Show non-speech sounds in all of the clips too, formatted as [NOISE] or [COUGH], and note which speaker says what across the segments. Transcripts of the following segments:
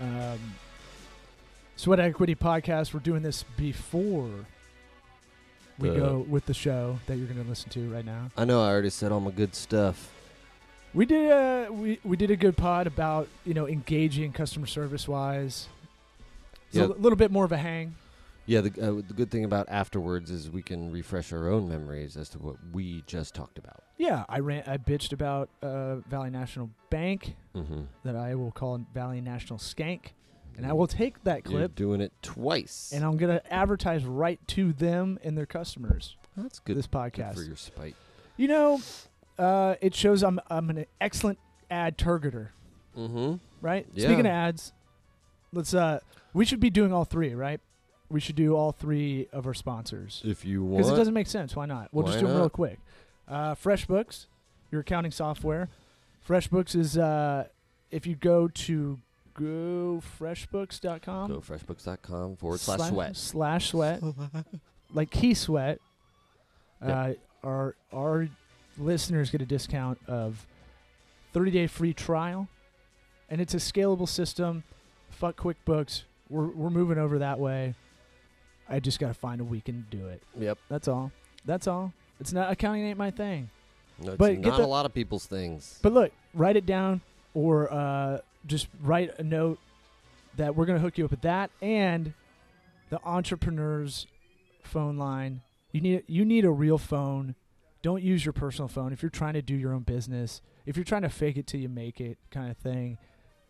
Speaker 1: Um, Sweat Equity Podcast, we're doing this before we
Speaker 2: Uh.
Speaker 1: go with the show that you're going to listen to right now.
Speaker 2: I know I already said all my good stuff.
Speaker 1: We did a we, we did a good pod about you know engaging customer service wise. It's
Speaker 2: Yeah.
Speaker 1: a l- little bit more of a hang.
Speaker 2: Yeah, the, uh, the good thing about afterwards is we can refresh our own memories as to what we just talked about.
Speaker 1: Yeah, I ran I bitched about uh, Valley National Bank
Speaker 2: Mm-hmm.
Speaker 1: that I will call Valley National Skank, and I will take that
Speaker 2: You're
Speaker 1: clip
Speaker 2: doing it twice.
Speaker 1: and I'm going to advertise right to them and their customers.
Speaker 2: That's good,
Speaker 1: this
Speaker 2: good
Speaker 1: podcast,
Speaker 2: for your spite.
Speaker 1: you know, uh, it shows I'm I'm an excellent ad targeter,
Speaker 2: Mm-hmm.
Speaker 1: right?
Speaker 2: Yeah.
Speaker 1: Speaking of ads, let's uh, we should be doing all three, right? We should do all three of our sponsors.
Speaker 2: If you want.
Speaker 1: Because it doesn't make sense. Why not? We'll
Speaker 2: Why
Speaker 1: just do them real
Speaker 2: not?
Speaker 1: quick. Uh, FreshBooks, your accounting software. FreshBooks is uh, if you go to gofreshbooks.com
Speaker 2: Go freshbooks.com forward slash
Speaker 1: sla-
Speaker 2: sweat.
Speaker 1: slash sweat like Key Sweat. Uh, Our our listeners get a discount of thirty day free trial, and it's a scalable system. Fuck QuickBooks. We're we're moving over that way. I just gotta find a weekend to do it.
Speaker 2: [LAUGHS] Yep.
Speaker 1: That's all. That's all. It's not accounting ain't my thing.
Speaker 2: No, it's
Speaker 1: But get
Speaker 2: not
Speaker 1: the-
Speaker 2: a lot of people's things.
Speaker 1: But look, write it down or uh, just write a note that we're going to hook you up with that and the entrepreneur's phone line. You need you need a real phone. Don't use your personal phone if you're trying to do your own business. If you're trying to fake it till you make it kind of thing.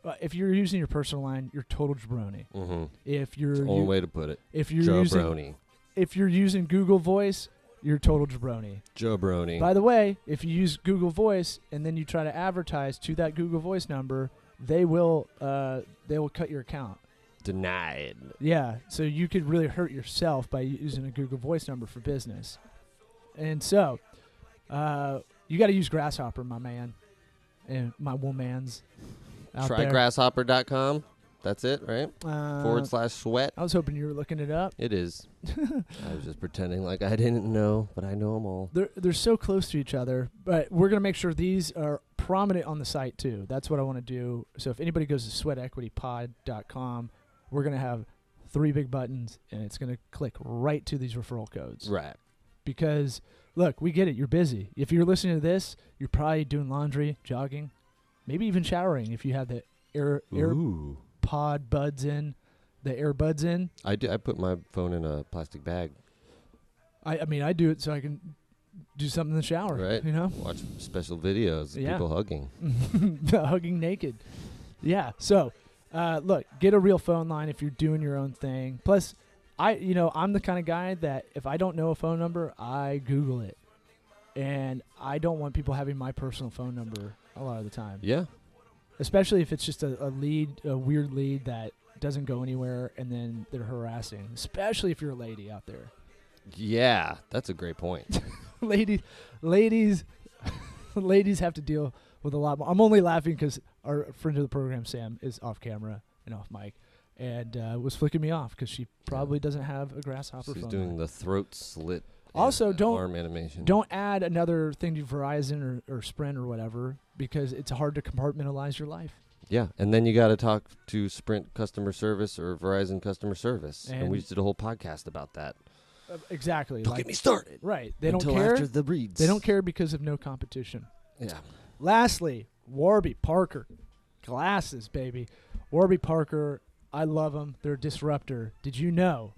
Speaker 1: Uh, if you're using your personal line, you're total jabroni.
Speaker 2: mm-hmm.
Speaker 1: If you're
Speaker 2: Only
Speaker 1: u-
Speaker 2: way to put it.
Speaker 1: if you're
Speaker 2: Joe
Speaker 1: using
Speaker 2: Brony.
Speaker 1: if you're using Google Voice, you're total jabroni.
Speaker 2: Joe Brony.
Speaker 1: By the way, if you use Google Voice and then you try to advertise to that Google Voice number, they will uh, they will cut your account.
Speaker 2: Denied.
Speaker 1: Yeah, so you could really hurt yourself by using a Google Voice number for business. And so, uh, you got to use Grasshopper, my man, and my woman's out
Speaker 2: Try
Speaker 1: there.
Speaker 2: grasshopper.com. That's it, right?
Speaker 1: uh,
Speaker 2: forward slash sweat.
Speaker 1: I was hoping you were looking it up. [LAUGHS]
Speaker 2: It is. I was just pretending like I didn't know, but I know them all.
Speaker 1: They're they're so close to each other, but we're gonna make sure these are prominent on the site too. That's what I want to do. So if anybody goes to sweatequitypod.com, we're gonna have three big buttons, and it's gonna click right to these referral codes.
Speaker 2: Right.
Speaker 1: Because look, we get it. You're busy. If you're listening to this, you're probably doing laundry, jogging, maybe even showering if you have the air
Speaker 2: Ooh.
Speaker 1: AirPod buds in, the AirBuds in.
Speaker 2: I do. I put my phone in a plastic bag.
Speaker 1: I I mean I do it so I can do something in the shower.
Speaker 2: Right.
Speaker 1: You know.
Speaker 2: Watch special videos of
Speaker 1: Yeah.
Speaker 2: people hugging.
Speaker 1: [LAUGHS] the hugging naked. Yeah. So, uh, look, get a real phone line if you're doing your own thing. Plus, I, you know, I'm the kind of guy that if I don't know a phone number, I Google it, and I don't want people having my personal phone number a lot of the time,
Speaker 2: Yeah.
Speaker 1: especially if it's just a, a lead, a weird lead that doesn't go anywhere, and then they're harassing. Especially if you're a lady out there,
Speaker 2: Yeah. That's a great point.
Speaker 1: [LAUGHS] ladies, ladies, [LAUGHS] ladies have to deal with a lot more. I'm only laughing because our friend of the program, Sam, is off camera and off mic, and uh, was flicking me off because she probably doesn't have a grasshopper
Speaker 2: She's
Speaker 1: phone.
Speaker 2: doing the throat slit. and
Speaker 1: Also,
Speaker 2: the
Speaker 1: don't-
Speaker 2: arm animation.
Speaker 1: Don't add another thing to Verizon or, or Sprint or whatever because it's hard to compartmentalize your life.
Speaker 2: Yeah, and then you got to talk to Sprint customer service or Verizon customer service, and,
Speaker 1: And-
Speaker 2: we just did a whole podcast about that.
Speaker 1: Uh, exactly.
Speaker 2: Don't
Speaker 1: like-
Speaker 2: get me started.
Speaker 1: Right. They
Speaker 2: Until
Speaker 1: don't care.
Speaker 2: after the reads.
Speaker 1: They don't care because of no competition.
Speaker 2: Yeah.
Speaker 1: Lastly, Warby Parker. Glasses, baby. Warby Parker, I love them. They're a disruptor. Did you know?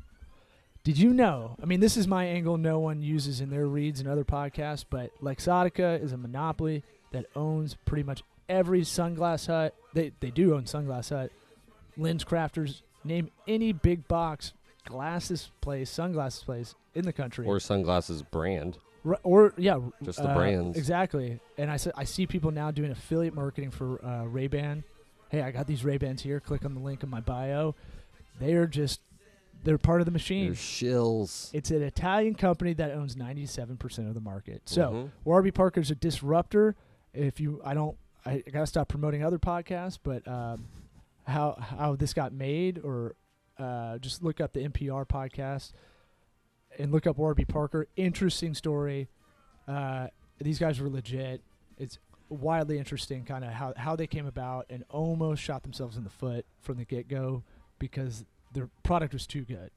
Speaker 1: Did you know? I mean, this is my angle no one uses in their reads and other podcasts, but Lexotica is a monopoly that owns pretty much every sunglass hut. They, they do own Sunglass Hut. Lens Crafters, name any big box glasses place, sunglasses place in the country.
Speaker 2: Or sunglasses brand.
Speaker 1: Ri- or yeah, uh,
Speaker 2: Just the brands.
Speaker 1: exactly. And I said I see people now doing affiliate marketing for uh, Ray Ban. Hey, I got these Ray Bans here. Click on the link in my bio. They are just they're part of the
Speaker 2: They're
Speaker 1: machine.
Speaker 2: shills.
Speaker 1: it's an Italian company that owns 97% of the market. So,
Speaker 2: Mhm.
Speaker 1: Warby Parker's a disruptor. If you, I don't, I, I gotta stop promoting other podcasts, but um, how how this got made, or uh, just look up the NPR podcast and look up Warby Parker. Interesting story. Uh, these guys were legit. It's wildly interesting kind of how, how they came about and almost shot themselves in the foot from the get-go because their product was too good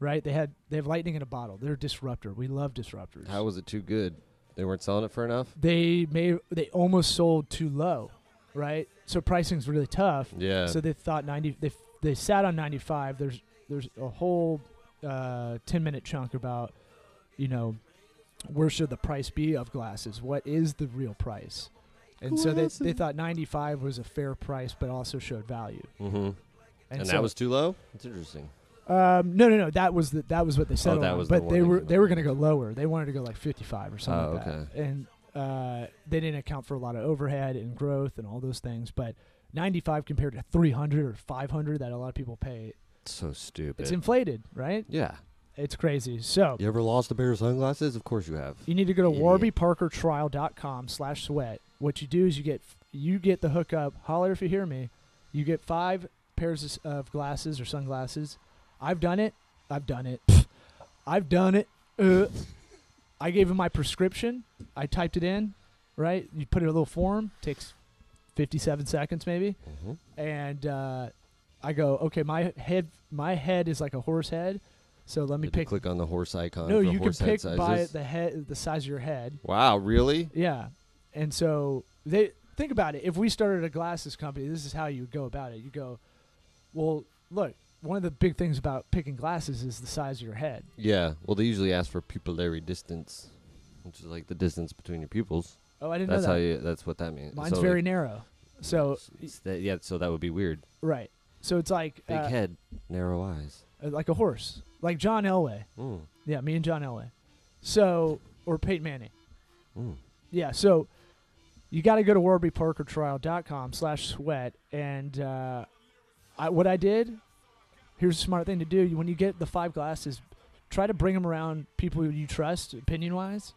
Speaker 1: right they had they have lightning in a bottle they're a disruptor we love disruptors
Speaker 2: How was it too good? They weren't selling it for enough.
Speaker 1: they may they almost sold too low right so pricing's really tough
Speaker 2: Yeah.
Speaker 1: so they thought 90 they, they sat on 95 there's there's a whole uh, 10 minute chunk about you know where should the price be of glasses what is the real price and so they, they
Speaker 2: Glasses.
Speaker 1: thought 95 was a fair price but also showed value
Speaker 2: mm-hmm. And,
Speaker 1: and, so,
Speaker 2: that was too low. It's interesting.
Speaker 1: um, no no no that was the, that was what they settled
Speaker 2: Oh, that
Speaker 1: on
Speaker 2: was the
Speaker 1: but
Speaker 2: one
Speaker 1: they
Speaker 2: they
Speaker 1: were
Speaker 2: came
Speaker 1: they
Speaker 2: up
Speaker 1: were
Speaker 2: with.
Speaker 1: going to go lower they wanted to go like 55 or something
Speaker 2: Oh,
Speaker 1: like that
Speaker 2: okay.
Speaker 1: and uh, they didn't account for a lot of overhead and growth and all those things but 95 compared to 300 or 500 that a lot of people pay
Speaker 2: It's so stupid.
Speaker 1: It's inflated, right?
Speaker 2: yeah.
Speaker 1: It's crazy. So
Speaker 2: You ever lost a pair of sunglasses? Of course you have.
Speaker 1: you need to go to
Speaker 2: Idiot.
Speaker 1: warbyparkertrial.com slash sweat. What you do is you get you get the hookup. Holler if you hear me. You get five pairs of- of glasses or sunglasses. I've done it. I've done it. [LAUGHS] I've done it. Uh, I gave him my prescription. I typed it in, right? You put it in a little form. Takes 57 seconds maybe.
Speaker 2: Mhm.
Speaker 1: and uh, I go, okay, my head, my head is like a horse head, so let me
Speaker 2: Did you
Speaker 1: pick.
Speaker 2: click on the horse icon.
Speaker 1: No,
Speaker 2: for
Speaker 1: you can
Speaker 2: horse head
Speaker 1: pick by
Speaker 2: sizes?
Speaker 1: the head, the size of your head.
Speaker 2: Wow, really?
Speaker 1: Yeah, and so they think about it. If we started a glasses company, this is how you would go about it. You go, well, look, one of the big things about picking glasses is the size of your head.
Speaker 2: Yeah. Well, they usually ask for pupillary distance, which is like the distance between your pupils.
Speaker 1: Oh, I didn't
Speaker 2: That's
Speaker 1: know
Speaker 2: how
Speaker 1: that.
Speaker 2: you. That's what that means.
Speaker 1: Mine's
Speaker 2: So,
Speaker 1: very
Speaker 2: like,
Speaker 1: narrow, so
Speaker 2: s- s- that- yeah. So that would be weird.
Speaker 1: right. So it's like
Speaker 2: Big
Speaker 1: uh,
Speaker 2: head, narrow eyes.
Speaker 1: like a horse, like John Elway.
Speaker 2: Mm,
Speaker 1: Yeah, me and John Elway. So or Peyton Manning.
Speaker 2: mm.
Speaker 1: yeah so you got to go to warbyparkertrial.com slash sweat and uh, I, what i did here's a smart thing to do You- when you get the five glasses try to bring them around people you trust opinion wise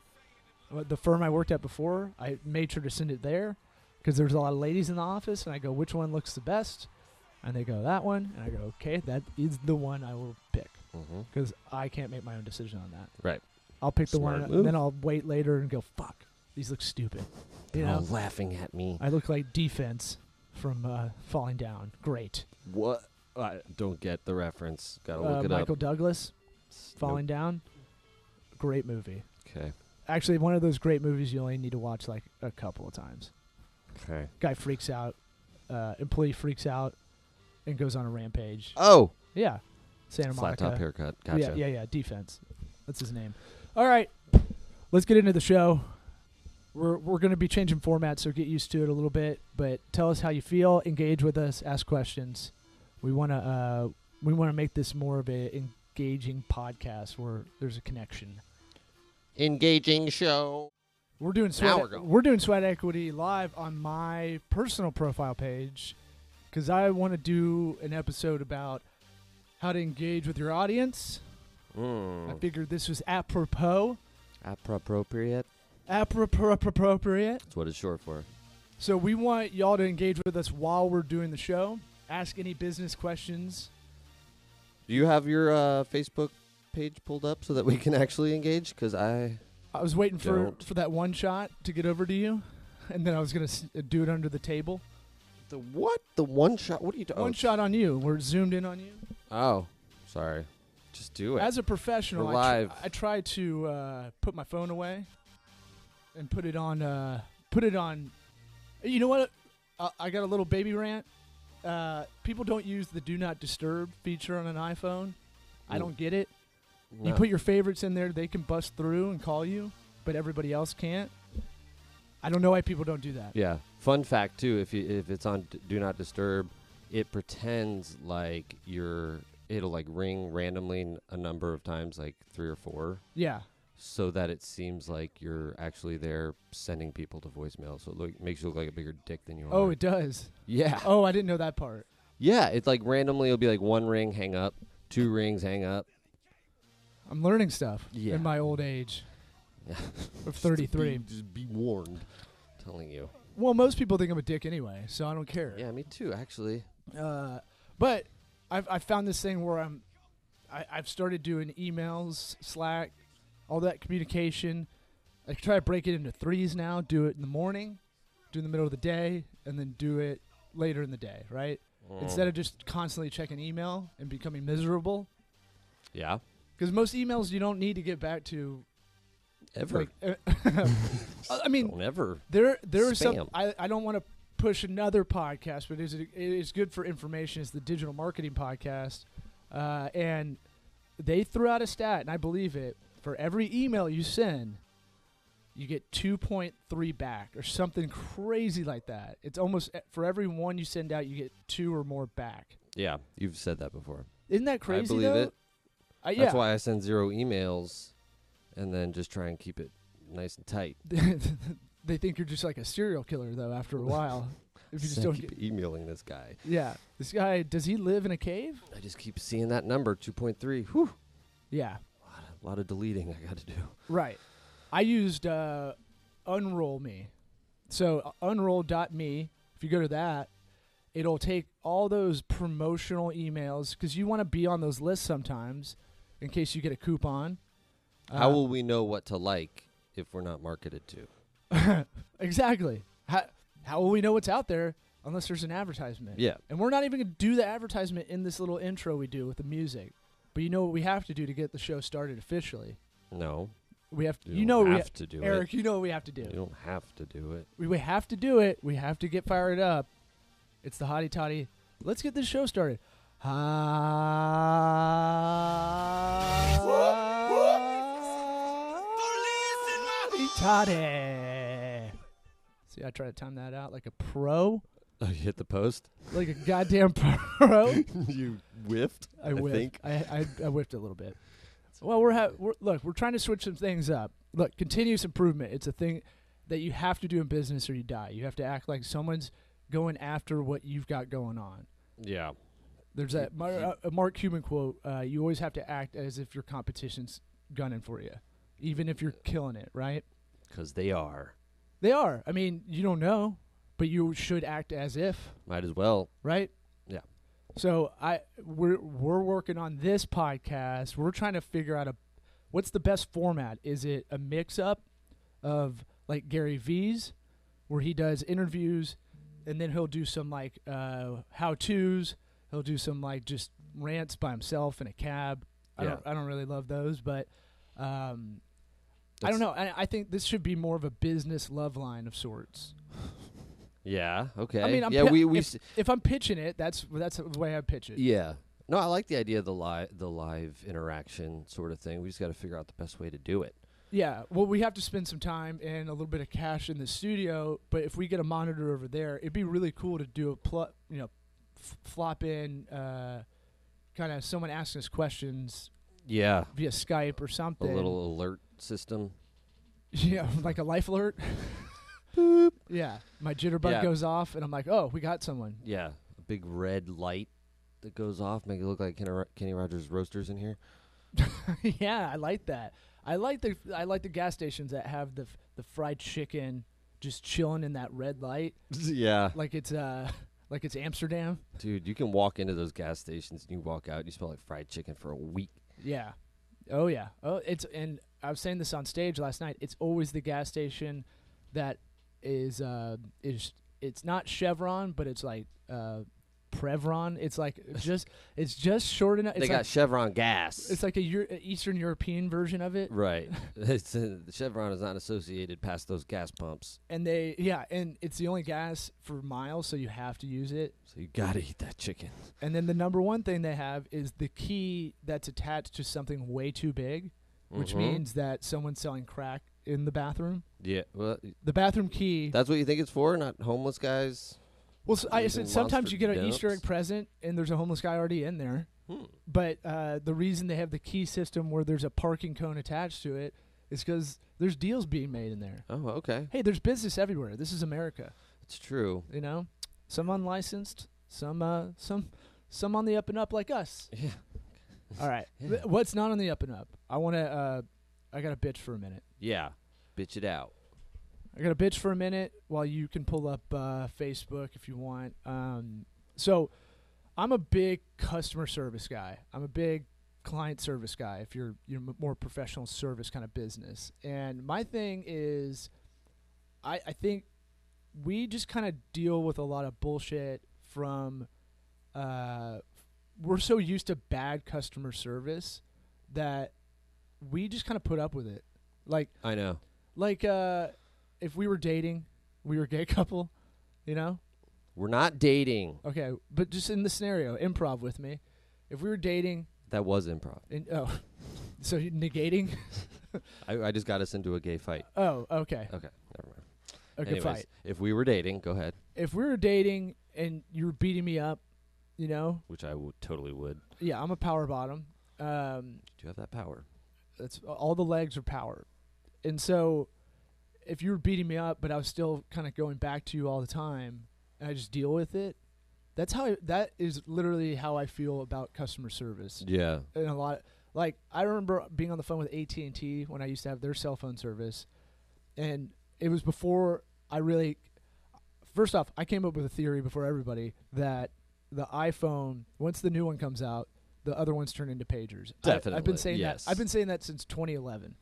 Speaker 1: the firm i worked at before i made sure to send it there because there's a lot of ladies in the office and i go which one looks the best and they go that one and i go okay that is the one i will pick
Speaker 2: hmm
Speaker 1: because I can't make my own decision on that.
Speaker 2: Right.
Speaker 1: I'll pick the
Speaker 2: Smart
Speaker 1: one,
Speaker 2: move.
Speaker 1: and then I'll wait later and go, "Fuck, these look stupid." You
Speaker 2: They're all
Speaker 1: know,
Speaker 2: laughing at me.
Speaker 1: I look like defense from uh, falling down. Great.
Speaker 2: What? I don't get the reference. Gotta
Speaker 1: Uh,
Speaker 2: look it
Speaker 1: Michael
Speaker 2: up.
Speaker 1: Douglas falling down. Great movie.
Speaker 2: Okay.
Speaker 1: Actually, one of those great movies you only need to watch like a couple of times.
Speaker 2: Okay.
Speaker 1: Guy freaks out. Uh, employee freaks out, and goes on a rampage.
Speaker 2: Oh,
Speaker 1: yeah, Santa
Speaker 2: flat
Speaker 1: Monica.
Speaker 2: top haircut. Gotcha.
Speaker 1: Yeah, yeah, yeah. Defense. That's his name. All right. Let's get into the show. We're we're gonna be changing format, so get used to it a little bit. But tell us how you feel. Engage with us. Ask questions. We wanna uh, we wanna make this more of a engaging podcast where there's a connection.
Speaker 2: Engaging show.
Speaker 1: We're doing sweat.
Speaker 2: Now
Speaker 1: E-
Speaker 2: we're going.
Speaker 1: we're doing sweat equity live on my personal profile page because I want to do an episode about how to engage with your audience. I
Speaker 2: Mm.
Speaker 1: figured this was apropos.
Speaker 2: Appropriate.
Speaker 1: appropriate.
Speaker 2: That's what it's short for.
Speaker 1: So we want y'all to engage with us while we're doing the show. Ask any business questions.
Speaker 2: Do you have your uh, Facebook page pulled up so that we can actually engage? Because I
Speaker 1: I was waiting for,
Speaker 2: Don't.
Speaker 1: for that one shot to get over to you, [LAUGHS] and then I was gonna s- uh, do it under the table.
Speaker 2: the what the one shot. What are you doing?
Speaker 1: One shot on you. We're zoomed in on you.
Speaker 2: Oh, sorry. Just do it.
Speaker 1: As a professional, I,
Speaker 2: We're
Speaker 1: tr-
Speaker 2: live.
Speaker 1: I try to uh, put my phone away and put it on. Uh, put it on. You know what? I, I got a little baby rant. Uh, people don't use the do not disturb feature on an iPhone. I
Speaker 2: Mm.
Speaker 1: don't get it. You
Speaker 2: No.
Speaker 1: put your favorites in there, they can bust through and call you, but everybody else can't. I don't know why people don't do that.
Speaker 2: Yeah. Fun fact too, if you, if it's on d- Do Not Disturb, it pretends like you're. It'll like ring randomly n- a number of times, like three or four,
Speaker 1: Yeah.
Speaker 2: so that it seems like you're actually there sending people to voicemail. So it look, makes you look like a bigger dick than you
Speaker 1: Oh,
Speaker 2: are.
Speaker 1: it does.
Speaker 2: yeah,
Speaker 1: Oh, I didn't know that part.
Speaker 2: yeah. It's like randomly, it'll be like one ring, hang up, two rings, hang up.
Speaker 1: I'm learning stuff
Speaker 2: Yeah.
Speaker 1: in my old age
Speaker 2: Yeah. [LAUGHS]
Speaker 1: of 33.
Speaker 2: Just be, just be warned. Telling you.
Speaker 1: Well, most people think I'm a dick anyway, so I don't care.
Speaker 2: Yeah, me too. Actually.
Speaker 1: Uh, but I've, I've found this thing where I'm, I, I've started doing emails, Slack, all that communication. I try to break it into threes now. Do it in the morning, do it in the middle of the day and then do it later in the day, right?
Speaker 2: Oh.
Speaker 1: Instead of
Speaker 2: Mm.
Speaker 1: just constantly checking email and becoming miserable.
Speaker 2: yeah,
Speaker 1: Because most emails you don't need to get back to.
Speaker 2: ever,
Speaker 1: Like, [LAUGHS] uh, I mean,
Speaker 2: don't ever.
Speaker 1: There, there is some.
Speaker 2: Spam.
Speaker 1: I, I don't want to push another podcast, but it is, it is good for information. It's the digital marketing podcast, uh, and they threw out a stat, and I believe it. For every email you send, you get two point three back, or something crazy like that. It's almost eh, for every one you send out, you get two or more back.
Speaker 2: Yeah, you've said that before.
Speaker 1: Isn't that crazy?
Speaker 2: I believe
Speaker 1: though?
Speaker 2: it.
Speaker 1: I- yeah.
Speaker 2: That's why I send zero emails, and then just try and keep it nice and tight.
Speaker 1: [LAUGHS] they think you're just like a serial killer, though. After a
Speaker 2: [LAUGHS]
Speaker 1: while, if you just
Speaker 2: I
Speaker 1: don't
Speaker 2: keep
Speaker 1: get.
Speaker 2: emailing this guy.
Speaker 1: Yeah, this guy does he live in a cave?
Speaker 2: I just keep seeing that number, two point three. Whew,
Speaker 1: Yeah,
Speaker 2: a lot of deleting I got to do.
Speaker 1: right. I used uh, Unroll Me. So uh, unroll.me, if you go to that, it'll take all those promotional emails because you want to be on those lists sometimes in case you get a coupon.
Speaker 2: How
Speaker 1: Uh,
Speaker 2: will we know what to like if we're not marketed to?
Speaker 1: [LAUGHS] exactly. How, how will we know what's out there unless there's an advertisement?
Speaker 2: Yeah,
Speaker 1: And we're not even going to do the advertisement in this little intro we do with the music. But you know what we have to do to get the show started officially?
Speaker 2: no,
Speaker 1: We have to,
Speaker 2: you,
Speaker 1: you, know,
Speaker 2: don't
Speaker 1: we
Speaker 2: have
Speaker 1: ha-
Speaker 2: to do
Speaker 1: Eric, you know what we have to do.
Speaker 2: it. You don't have to do it.
Speaker 1: We, we have to do it. We have to get fired up. It's the hottie toddy. Let's get this show started. Hottie toddy. See, I try to time that out like a pro,
Speaker 2: Oh, you [LAUGHS] hit the post.
Speaker 1: like a goddamn [LAUGHS] pro.
Speaker 2: [LAUGHS] you whiffed.
Speaker 1: I whiffed.
Speaker 2: think.
Speaker 1: I, I, I whiffed a little bit. Well, we're, ha- we're look. We're trying to switch some things up. Look, continuous improvement. It's a thing that you have to do in business or you die. You have to act like someone's going after what you've got going on.
Speaker 2: Yeah.
Speaker 1: There's that Mar- uh, a Mark Cuban quote. Uh, you always have to act as if your competition's gunning for you, even if you're killing it. Right?
Speaker 2: Because they are.
Speaker 1: They are. I mean, you don't know, but you should act as if.
Speaker 2: Might as well.
Speaker 1: right?
Speaker 2: Yeah.
Speaker 1: So I we're we're working on this podcast. We're trying to figure out a what's the best format. Is it a mix up of like Gary V's, where he does interviews, and then he'll do some like uh, how tos. He'll do some like just rants by himself in a cab. I
Speaker 2: Yeah.
Speaker 1: don't I don't really love those, but um, I don't
Speaker 2: That's-
Speaker 1: know. I, I think this should be more of a business love line of sorts.
Speaker 2: Yeah. Okay.
Speaker 1: I mean, I'm
Speaker 2: yeah.
Speaker 1: pi-
Speaker 2: we we.
Speaker 1: if,
Speaker 2: s-
Speaker 1: if I'm pitching it, that's that's the way I pitch it.
Speaker 2: yeah. No, I like the idea of the live the live interaction sort of thing. We just got to figure out the best way to do it.
Speaker 1: Yeah, well, we have to spend some time and a little bit of cash in the studio. But if we get a monitor over there, it'd be really cool to do a pl- you know, f- flop in, uh, kind of someone asking us questions
Speaker 2: Yeah.
Speaker 1: via Skype or
Speaker 2: A
Speaker 1: something.
Speaker 2: little alert system.
Speaker 1: [LAUGHS] yeah, like a life alert. [LAUGHS] Yeah, my jitterbug
Speaker 2: Yeah.
Speaker 1: goes off, and I'm like, oh, we got someone. [LAUGHS]
Speaker 2: Yeah. A big red light that goes off, make it look like Kenny Ro- Kenny Rogers roasters
Speaker 1: [LAUGHS]
Speaker 2: in here.
Speaker 1: yeah, I like that. I like the I like the gas stations that have the f- the fried chicken just chilling in that red light,
Speaker 2: yeah.
Speaker 1: like it's uh [LAUGHS] like it's Amsterdam.
Speaker 2: Dude, you can walk into those gas stations and you walk out, you smell like fried chicken for a week.
Speaker 1: Yeah. Oh yeah. Oh, it's and I was saying this on stage last night. It's always the gas station that is uh is it's not Chevron, but it's like uh Prevron. It's
Speaker 2: [LAUGHS]
Speaker 1: like just it's just short enough. It's
Speaker 2: they
Speaker 1: like,
Speaker 2: got Chevron gas.
Speaker 1: it's like a Euro- Eastern European version of it. [LAUGHS]
Speaker 2: [LAUGHS] right. [LAUGHS] it's uh, Chevron is not associated past those gas pumps,
Speaker 1: And they yeah, and it's the only gas for miles, so you have to use it.
Speaker 2: so you gotta eat that chicken.
Speaker 1: And then the number one thing they have is the key that's attached to something way too big, which
Speaker 2: Mhm.
Speaker 1: means that someone's selling crack in the bathroom.
Speaker 2: yeah, well,
Speaker 1: The bathroom key
Speaker 2: that's what you think it's for, not homeless guys.
Speaker 1: Well, so I
Speaker 2: Even
Speaker 1: said sometimes
Speaker 2: Monster
Speaker 1: you get an
Speaker 2: Dumps?
Speaker 1: Easter egg present and there's a homeless guy already in there.
Speaker 2: Hmm.
Speaker 1: But uh, the reason they have the key system where there's a parking cone attached to it is because there's deals being made in there.
Speaker 2: Oh, okay,
Speaker 1: Hey, there's business everywhere. This is America,
Speaker 2: it's true. [LAUGHS]
Speaker 1: you know. Some unlicensed, some uh, some some on the up and up like us.
Speaker 2: Yeah,
Speaker 1: All right,
Speaker 2: Yeah.
Speaker 1: what's not on the up and up? I want to. Uh, I got to bitch for a minute.
Speaker 2: yeah, bitch it out.
Speaker 1: I got to bitch for a minute while you can pull up uh, Facebook if you want. Um, so I'm a big customer service guy. I'm a big client service guy. If you're you're m- more professional service kind of business, and my thing is, I I think we just kind of deal with a lot of bullshit from uh we're so used to bad customer service that we just kind of put up with it. Like
Speaker 2: I know.
Speaker 1: like uh if we were dating, we were a gay [LAUGHS] couple, you know?
Speaker 2: We're not dating.
Speaker 1: Okay, but just in the scenario, improv with me. If we were dating
Speaker 2: That was improv.
Speaker 1: and oh [LAUGHS] so you negating? [LAUGHS]
Speaker 2: I, I just got us into a gay fight.
Speaker 1: Oh, okay.
Speaker 2: Okay, never mind.
Speaker 1: A good
Speaker 2: Anyways,
Speaker 1: fight.
Speaker 2: if we were dating, go ahead,
Speaker 1: if we were dating and you were beating me up, you know,
Speaker 2: which I would totally would.
Speaker 1: yeah, I'm a power bottom. Um,
Speaker 2: Do you have that power?
Speaker 1: that's all the legs are power, and so if you were beating me up, but I was still kind of going back to you all the time, and I just deal with it. That's how I, that is literally how I feel about customer service.
Speaker 2: Yeah.
Speaker 1: and a lot like I remember being on the phone with AT and T when I used to have their cell phone service, and it was before I really. First off, I came up with a theory before everybody that the iPhone, once the new one comes out, the other ones turn into pagers. I, I've
Speaker 2: Definitely,
Speaker 1: been saying
Speaker 2: yes.
Speaker 1: that. I've been saying that since 2011,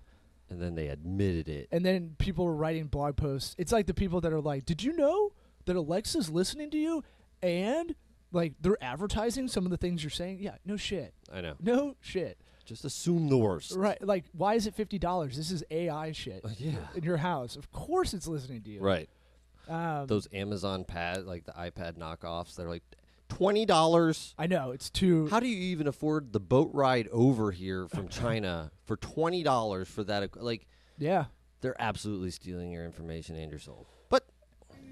Speaker 2: And then they admitted it.
Speaker 1: and then people were writing blog posts. It's like the people that are like, "Did you know that Alexa's listening to you?" and like they're advertising some of the things you're saying. Yeah, no shit.
Speaker 2: I know.
Speaker 1: No shit.
Speaker 2: Just assume the worst.
Speaker 1: Right. Like, why is it fifty dollars? This is AI shit.
Speaker 2: [LAUGHS] Yeah.
Speaker 1: In your house, of course it's listening to you.
Speaker 2: Right.
Speaker 1: Um,
Speaker 2: Those Amazon pad, like the iPad knockoffs, they're like twenty dollars.
Speaker 1: I know it's too.
Speaker 2: How do you even afford the boat ride over here from China for twenty dollars for that? equ- Like
Speaker 1: yeah.
Speaker 2: they're absolutely stealing your information and your soul. But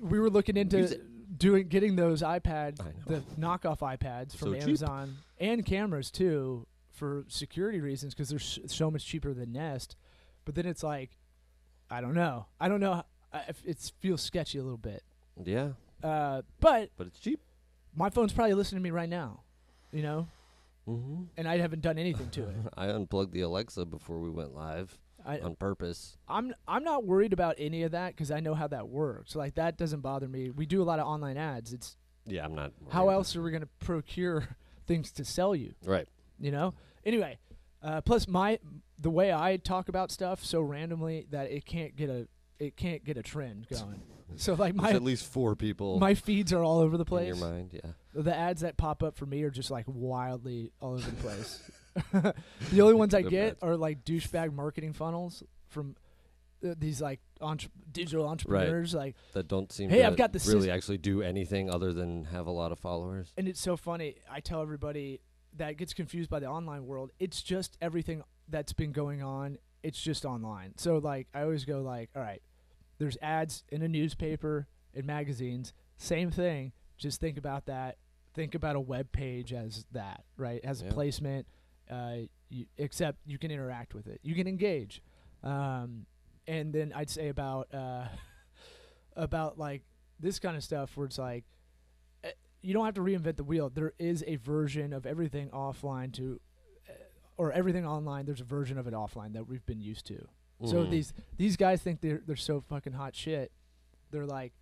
Speaker 1: We were looking
Speaker 2: Use
Speaker 1: into doing getting those iPad,
Speaker 2: I know.
Speaker 1: the knockoff iPads
Speaker 2: So
Speaker 1: from
Speaker 2: cheap.
Speaker 1: Amazon and cameras too for security reasons because they're s- so much cheaper than Nest. But then it's like, I don't know. I don't know. I- if It feels sketchy a little bit.
Speaker 2: yeah,
Speaker 1: Uh, but
Speaker 2: but it's cheap.
Speaker 1: my phone's probably listening to me right now. You know,
Speaker 2: Mm-hmm.
Speaker 1: and I haven't done anything to it.
Speaker 2: [LAUGHS] I unplugged the Alexa before we went live
Speaker 1: I,
Speaker 2: on purpose.
Speaker 1: I'm I'm not worried about any of that because I know how that works. Like that doesn't bother me. We do a lot of online ads. It's
Speaker 2: Yeah, I'm not. worried
Speaker 1: how
Speaker 2: about-
Speaker 1: else are we going to procure [LAUGHS] things to sell you?
Speaker 2: Right.
Speaker 1: You know. Anyway, uh, plus my the way I talk about stuff so randomly that it can't get a it can't get a trend going. so like
Speaker 2: There's
Speaker 1: my
Speaker 2: at least four people
Speaker 1: my feeds are all over the
Speaker 2: in your
Speaker 1: place.
Speaker 2: mind. Yeah.
Speaker 1: The ads that pop up for me are just like wildly all over the place. [LAUGHS] the only ones I
Speaker 2: Good
Speaker 1: get
Speaker 2: match.
Speaker 1: are like douchebag marketing funnels from uh, these like entre- digital entrepreneurs. Like,
Speaker 2: That don't seem.
Speaker 1: Hey,
Speaker 2: to
Speaker 1: I've got the
Speaker 2: really
Speaker 1: sys-
Speaker 2: actually do anything other than have a lot of followers.
Speaker 1: and it's so funny. I tell everybody that gets confused by the online world. It's just everything that's been going on. It's just online. So like, I always go like, all right, there's ads in a newspaper in magazines. Same thing. Just think about that. Think about a web page as that, right? As
Speaker 2: Yeah.
Speaker 1: a placement, uh, you, except you can interact with it. You can engage. Um, and then I'd say about uh, [LAUGHS] about like this kind of stuff where it's like eh, you don't have to reinvent the wheel. There is a version of everything offline to eh, or everything online. There's a version of it offline that we've been used to. So
Speaker 2: Mhm.
Speaker 1: these these guys think they're they're so fucking hot shit. They're like,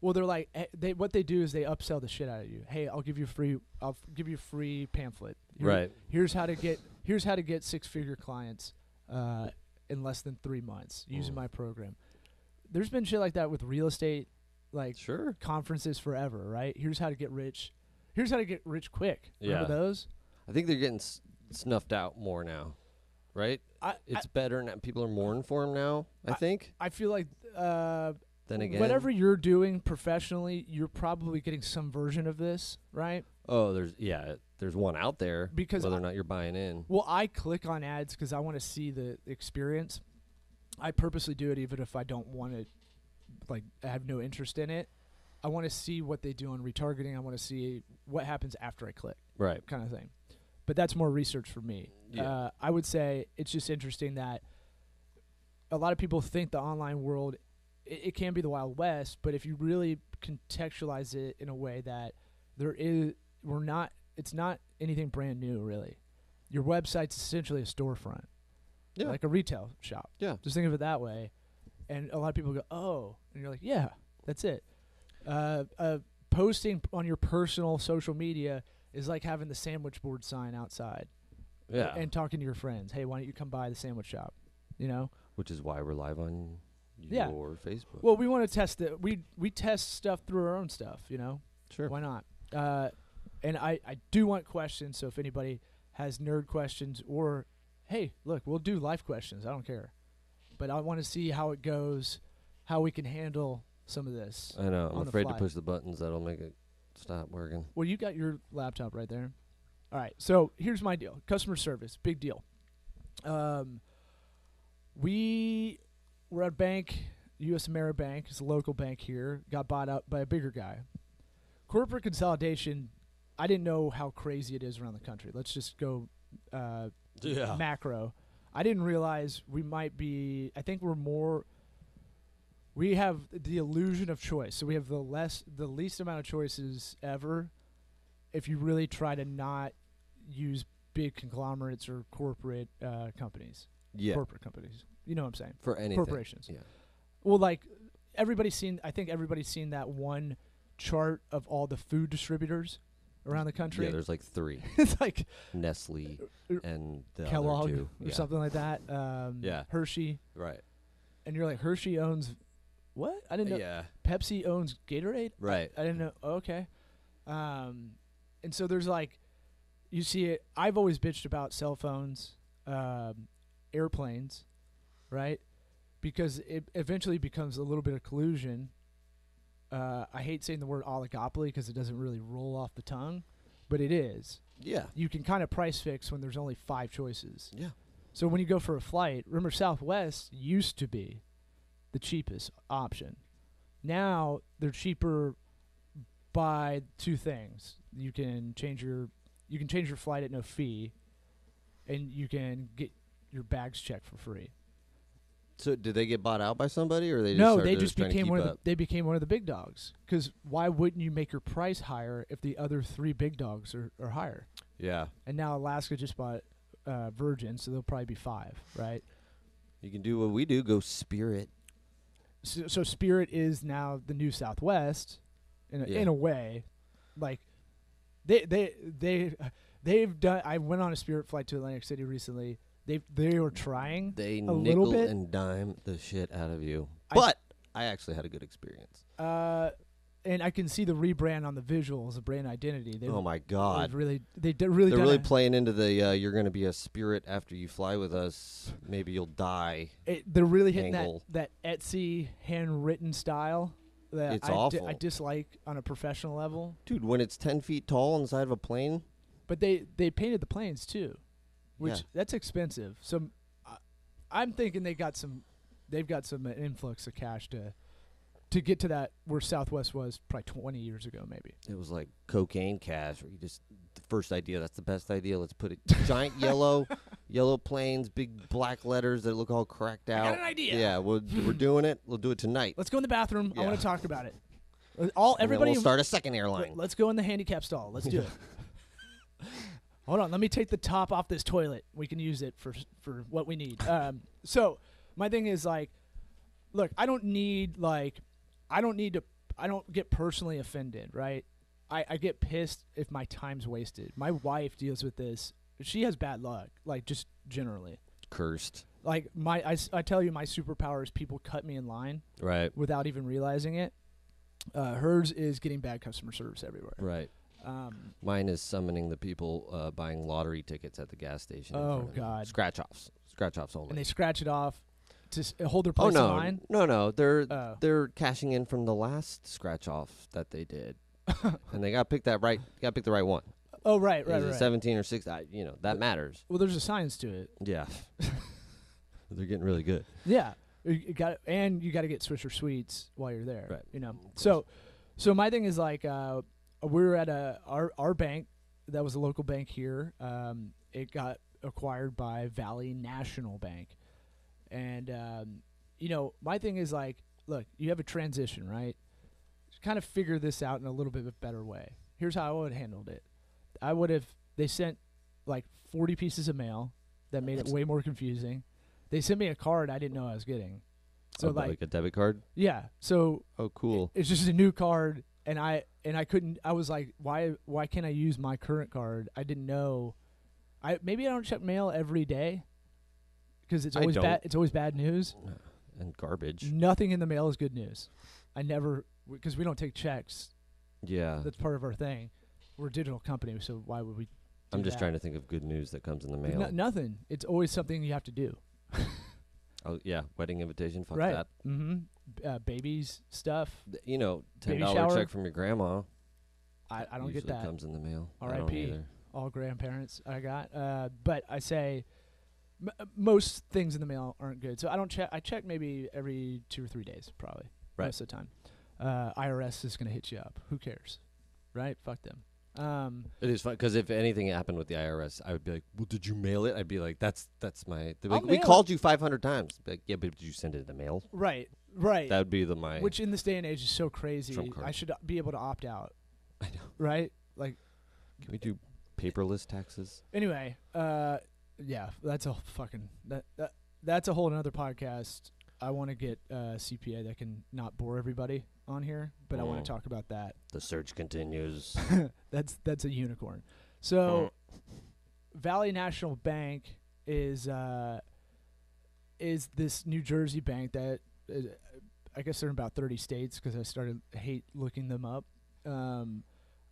Speaker 1: well, they're like eh, they what they do is they upsell the shit out of you. Hey, I'll give you free I'll f- give you a free pamphlet. Here-
Speaker 2: Right.
Speaker 1: Here's how to get here's how to get six figure clients uh, in less than three months using
Speaker 2: Mm.
Speaker 1: my program. There's been shit like that with real estate, like
Speaker 2: Sure.
Speaker 1: conferences forever. Right. Here's how to get rich. Here's how to get rich quick. Remember
Speaker 2: Yeah.
Speaker 1: those?
Speaker 2: I think they're getting s- snuffed out more now, right?
Speaker 1: I, I
Speaker 2: It's better now. People are more informed now. I,
Speaker 1: I-
Speaker 2: think.
Speaker 1: I feel like uh,
Speaker 2: Then again,
Speaker 1: whatever you're doing professionally, you're probably getting some version of this, right?
Speaker 2: Oh, there's yeah, there's one out there.
Speaker 1: Because
Speaker 2: whether
Speaker 1: I-
Speaker 2: or not you're buying in,
Speaker 1: Well, I click on ads because I want to see the experience. I purposely do it even if I don't want to, like, I have no interest in it. I want to see what they do on retargeting. I want to see what happens after I click,
Speaker 2: right?
Speaker 1: kind of thing. But that's more research for me.
Speaker 2: Yeah.
Speaker 1: Uh, I would say it's just interesting that a lot of people think the online world it, it can be the wild west, but if you really contextualize it in a way that there is we're not it's not anything brand new really. Your website's essentially a storefront.
Speaker 2: Yeah.
Speaker 1: Like a retail shop.
Speaker 2: Yeah.
Speaker 1: Just think of it that way. And a lot of people go, "Oh," and you're like, "Yeah, that's it." Uh, uh, posting on your personal social media is like having the sandwich board sign outside
Speaker 2: yeah,
Speaker 1: and talking to your friends. Hey, why don't you come by the sandwich shop? You know,
Speaker 2: which is why we're live on
Speaker 1: Yeah.
Speaker 2: your Facebook.
Speaker 1: Well, we want to test it. We we test stuff through our own stuff, you know.
Speaker 2: sure.
Speaker 1: Why not? Uh, and I I do want questions. So if anybody has nerd questions or hey, look, we'll do life questions. I don't care, but I want to see how it goes, how we can handle some of this.
Speaker 2: I know.
Speaker 1: on
Speaker 2: I'm
Speaker 1: the
Speaker 2: afraid to
Speaker 1: fly.
Speaker 2: push the buttons that'll make it stop working.
Speaker 1: Well, you got your laptop right there. All right. So here's my deal. Customer service, big deal. Um, we were at a bank, U.S. Ameribank. It's a local bank here. Got bought out by a bigger guy. Corporate consolidation. I didn't know how crazy it is around the country. Let's just go uh,
Speaker 2: Yeah.
Speaker 1: macro. I didn't realize we might be. I think we're more. We have the illusion of choice, so we have the less, the least amount of choices ever. If you really try to not use big conglomerates or corporate uh, companies,
Speaker 2: Yeah.
Speaker 1: corporate companies, you know what I'm saying?
Speaker 2: For anything.
Speaker 1: Corporations.
Speaker 2: Yeah.
Speaker 1: Well, like everybody's seen. I think everybody's seen that one chart of all the food distributors around the country.
Speaker 2: Yeah, there's like three
Speaker 1: [LAUGHS] it's like
Speaker 2: Nestle
Speaker 1: [LAUGHS] Er,
Speaker 2: and the other
Speaker 1: Kellogg
Speaker 2: two.
Speaker 1: or
Speaker 2: yeah.
Speaker 1: something like that. Um,
Speaker 2: Yeah.
Speaker 1: Hershey.
Speaker 2: Right.
Speaker 1: and you're like Hershey owns what? I didn't know
Speaker 2: Uh, Yeah.
Speaker 1: Pepsi owns Gatorade.
Speaker 2: Right.
Speaker 1: I didn't know. oh, Okay, um, and so there's like, you see it. I've always bitched about cell phones, um, airplanes, right? Because it eventually becomes a little bit of collusion. Uh, I hate saying the word oligopoly because it doesn't really roll off the tongue, but it is.
Speaker 2: Yeah.
Speaker 1: You can kind of price fix when there's only five choices.
Speaker 2: Yeah.
Speaker 1: So when you go for a flight, remember Southwest used to be the cheapest option. Now they're cheaper by two things. You can change your you can change your flight at no fee and you can get your bags checked for free.
Speaker 2: So did they get bought out by somebody, or they just
Speaker 1: no,
Speaker 2: started-
Speaker 1: they
Speaker 2: they're
Speaker 1: just
Speaker 2: trying to
Speaker 1: became
Speaker 2: keep
Speaker 1: one of the,
Speaker 2: up?
Speaker 1: they became one of the big dogs. Because why wouldn't you make your price higher if the other three big dogs are, are higher?
Speaker 2: yeah.
Speaker 1: And now Alaska just bought uh, Virgin, so they'll probably be five, right?
Speaker 2: You can do what we do. Go Spirit.
Speaker 1: so, so Spirit is now the new Southwest, in a,
Speaker 2: Yeah.
Speaker 1: in a way, like they they they they've done. I went on a Spirit flight to Atlantic City recently. They they were trying.
Speaker 2: They
Speaker 1: little
Speaker 2: nickel
Speaker 1: bit.
Speaker 2: and dime the shit out of you.
Speaker 1: I-
Speaker 2: but I actually had a good experience.
Speaker 1: Uh, and I can see the rebrand on the visuals, the brand identity. They
Speaker 2: oh my god,
Speaker 1: they've really they did really
Speaker 2: they're
Speaker 1: done
Speaker 2: really
Speaker 1: a-
Speaker 2: playing into the uh, "you're going to be a spirit after you fly with us. Maybe you'll die."
Speaker 1: it, they're really hitting
Speaker 2: angle.
Speaker 1: that that Etsy handwritten style that
Speaker 2: It's
Speaker 1: I, di-
Speaker 2: awful.
Speaker 1: I dislike on a professional level.
Speaker 2: Dude, when it's ten feet tall inside of a plane,
Speaker 1: But they they painted the planes too, which
Speaker 2: Yeah.
Speaker 1: that's expensive. So I, I'm thinking they got some, they've got some uh, influx of cash to, to get to that where Southwest was probably 20 years ago maybe.
Speaker 2: it was like cocaine cash. Where you just the first idea. That's the best idea. Let's put it
Speaker 1: [LAUGHS]
Speaker 2: giant yellow, yellow planes, big black letters that look all cracked out.
Speaker 1: got an idea.
Speaker 2: Yeah, we'll, we're doing it. We'll do it tonight.
Speaker 1: Let's go in the bathroom. I want
Speaker 2: Yeah.
Speaker 1: to talk about it. Uh, All
Speaker 2: And then
Speaker 1: everybody,
Speaker 2: we'll start a second airline.
Speaker 1: let's go in the handicap stall. Let's do it. Hold on, let me take the top off this toilet. We can use it for for what we need. Um, so my thing is like, look, I don't need like, I don't need to, I don't get personally offended, right? I, I get pissed if my time's wasted. My wife deals with this. She has bad luck, like just generally.
Speaker 2: Cursed.
Speaker 1: Like my, I, s- I tell you, my superpower is people cut me in line
Speaker 2: Right.
Speaker 1: without even realizing it. Uh, hers is getting bad customer service everywhere.
Speaker 2: Right.
Speaker 1: Um,
Speaker 2: Mine is summoning the people uh, buying lottery tickets at the gas station. in
Speaker 1: Oh,
Speaker 2: front of me.
Speaker 1: God.
Speaker 2: Scratch offs. Scratch offs only.
Speaker 1: and they scratch it off to s- hold their
Speaker 2: oh
Speaker 1: place
Speaker 2: no,
Speaker 1: in line.
Speaker 2: no, no. They're
Speaker 1: Oh.
Speaker 2: they're cashing in from the last scratch off that they did,
Speaker 1: [LAUGHS]
Speaker 2: and they got to pick that right. Got to pick the right one.
Speaker 1: Oh, right, right,
Speaker 2: Is it
Speaker 1: right.
Speaker 2: Seventeen or six. I, you know that matters.
Speaker 1: Well, there's a science to it.
Speaker 2: Yeah. [LAUGHS] they're getting really good.
Speaker 1: Yeah, you, got and you got to get Swisher Sweets while you're there.
Speaker 2: Right.
Speaker 1: You know.
Speaker 2: Of course.
Speaker 1: So, so my thing is like uh, we were at a our our bank that was a local bank here. Um, it got acquired by Valley National Bank, and um, you know my thing is like, look, you have a transition, right? Kind of figure this out in a little bit of a better way. Here's how I would have handled it. I would have they sent like 40 pieces of mail that made it way more confusing. They sent me a card I didn't know I was getting. So
Speaker 2: Oh,
Speaker 1: like,
Speaker 2: a debit card.
Speaker 1: yeah. So
Speaker 2: Oh, cool.
Speaker 1: it's just a new card and I and I couldn't I was like why why can't I use my current card? I didn't know. I maybe I don't check mail every day cuz it's
Speaker 2: I
Speaker 1: always
Speaker 2: don't.
Speaker 1: bad it's always bad news.
Speaker 2: and garbage.
Speaker 1: Nothing in the mail is good news. I never because we don't take checks.
Speaker 2: Yeah,
Speaker 1: That's part of our thing. We're a digital company, so why would we?
Speaker 2: I'm
Speaker 1: that.
Speaker 2: just trying to think of good news that comes in the mail.
Speaker 1: No, nothing. It's always something you have to do.
Speaker 2: Oh yeah, wedding invitation. Fuck
Speaker 1: right.
Speaker 2: that.
Speaker 1: Mm-hmm. Uh, babies stuff.
Speaker 2: Th- You know, ten
Speaker 1: Baby
Speaker 2: dollar
Speaker 1: shower?
Speaker 2: check from your grandma.
Speaker 1: I, I don't
Speaker 2: usually
Speaker 1: get that.
Speaker 2: Comes in the mail. I don't
Speaker 1: R.I.P..
Speaker 2: either.
Speaker 1: all grandparents I got. Uh, but I say m- uh, most things in the mail aren't good. So I don't check. I check maybe every two or three days, probably.
Speaker 2: Right.
Speaker 1: Most of the time. Uh, IRS is going to hit you up. Who cares? Right? Fuck them. Um,
Speaker 2: It is fun because if anything happened with the IRS, I would be like, "Well, did you mail it?" I'd be like, "That's that's my." they'd be
Speaker 1: I'll
Speaker 2: Like, we
Speaker 1: mail it."
Speaker 2: called you five hundred times. Be Like, yeah, but did you send it in the mail?
Speaker 1: right. Right.
Speaker 2: That would be the my.
Speaker 1: Which in this day and age is so crazy.
Speaker 2: Trump card.
Speaker 1: I should be able to opt out.
Speaker 2: [LAUGHS] I know.
Speaker 1: Right?
Speaker 2: Can we do paperless taxes?
Speaker 1: Anyway, uh, yeah, that's a fucking that, that that's a whole another podcast. I want to get uh, CPA that can not bore everybody on here, but I want
Speaker 2: Mm.
Speaker 1: to talk about that.
Speaker 2: The
Speaker 1: [LAUGHS]
Speaker 2: search continues.
Speaker 1: that's that's a unicorn. So Valley National Bank is uh, is this New Jersey bank that uh, I guess they're in about thirty states because I started I hate looking them up. Um,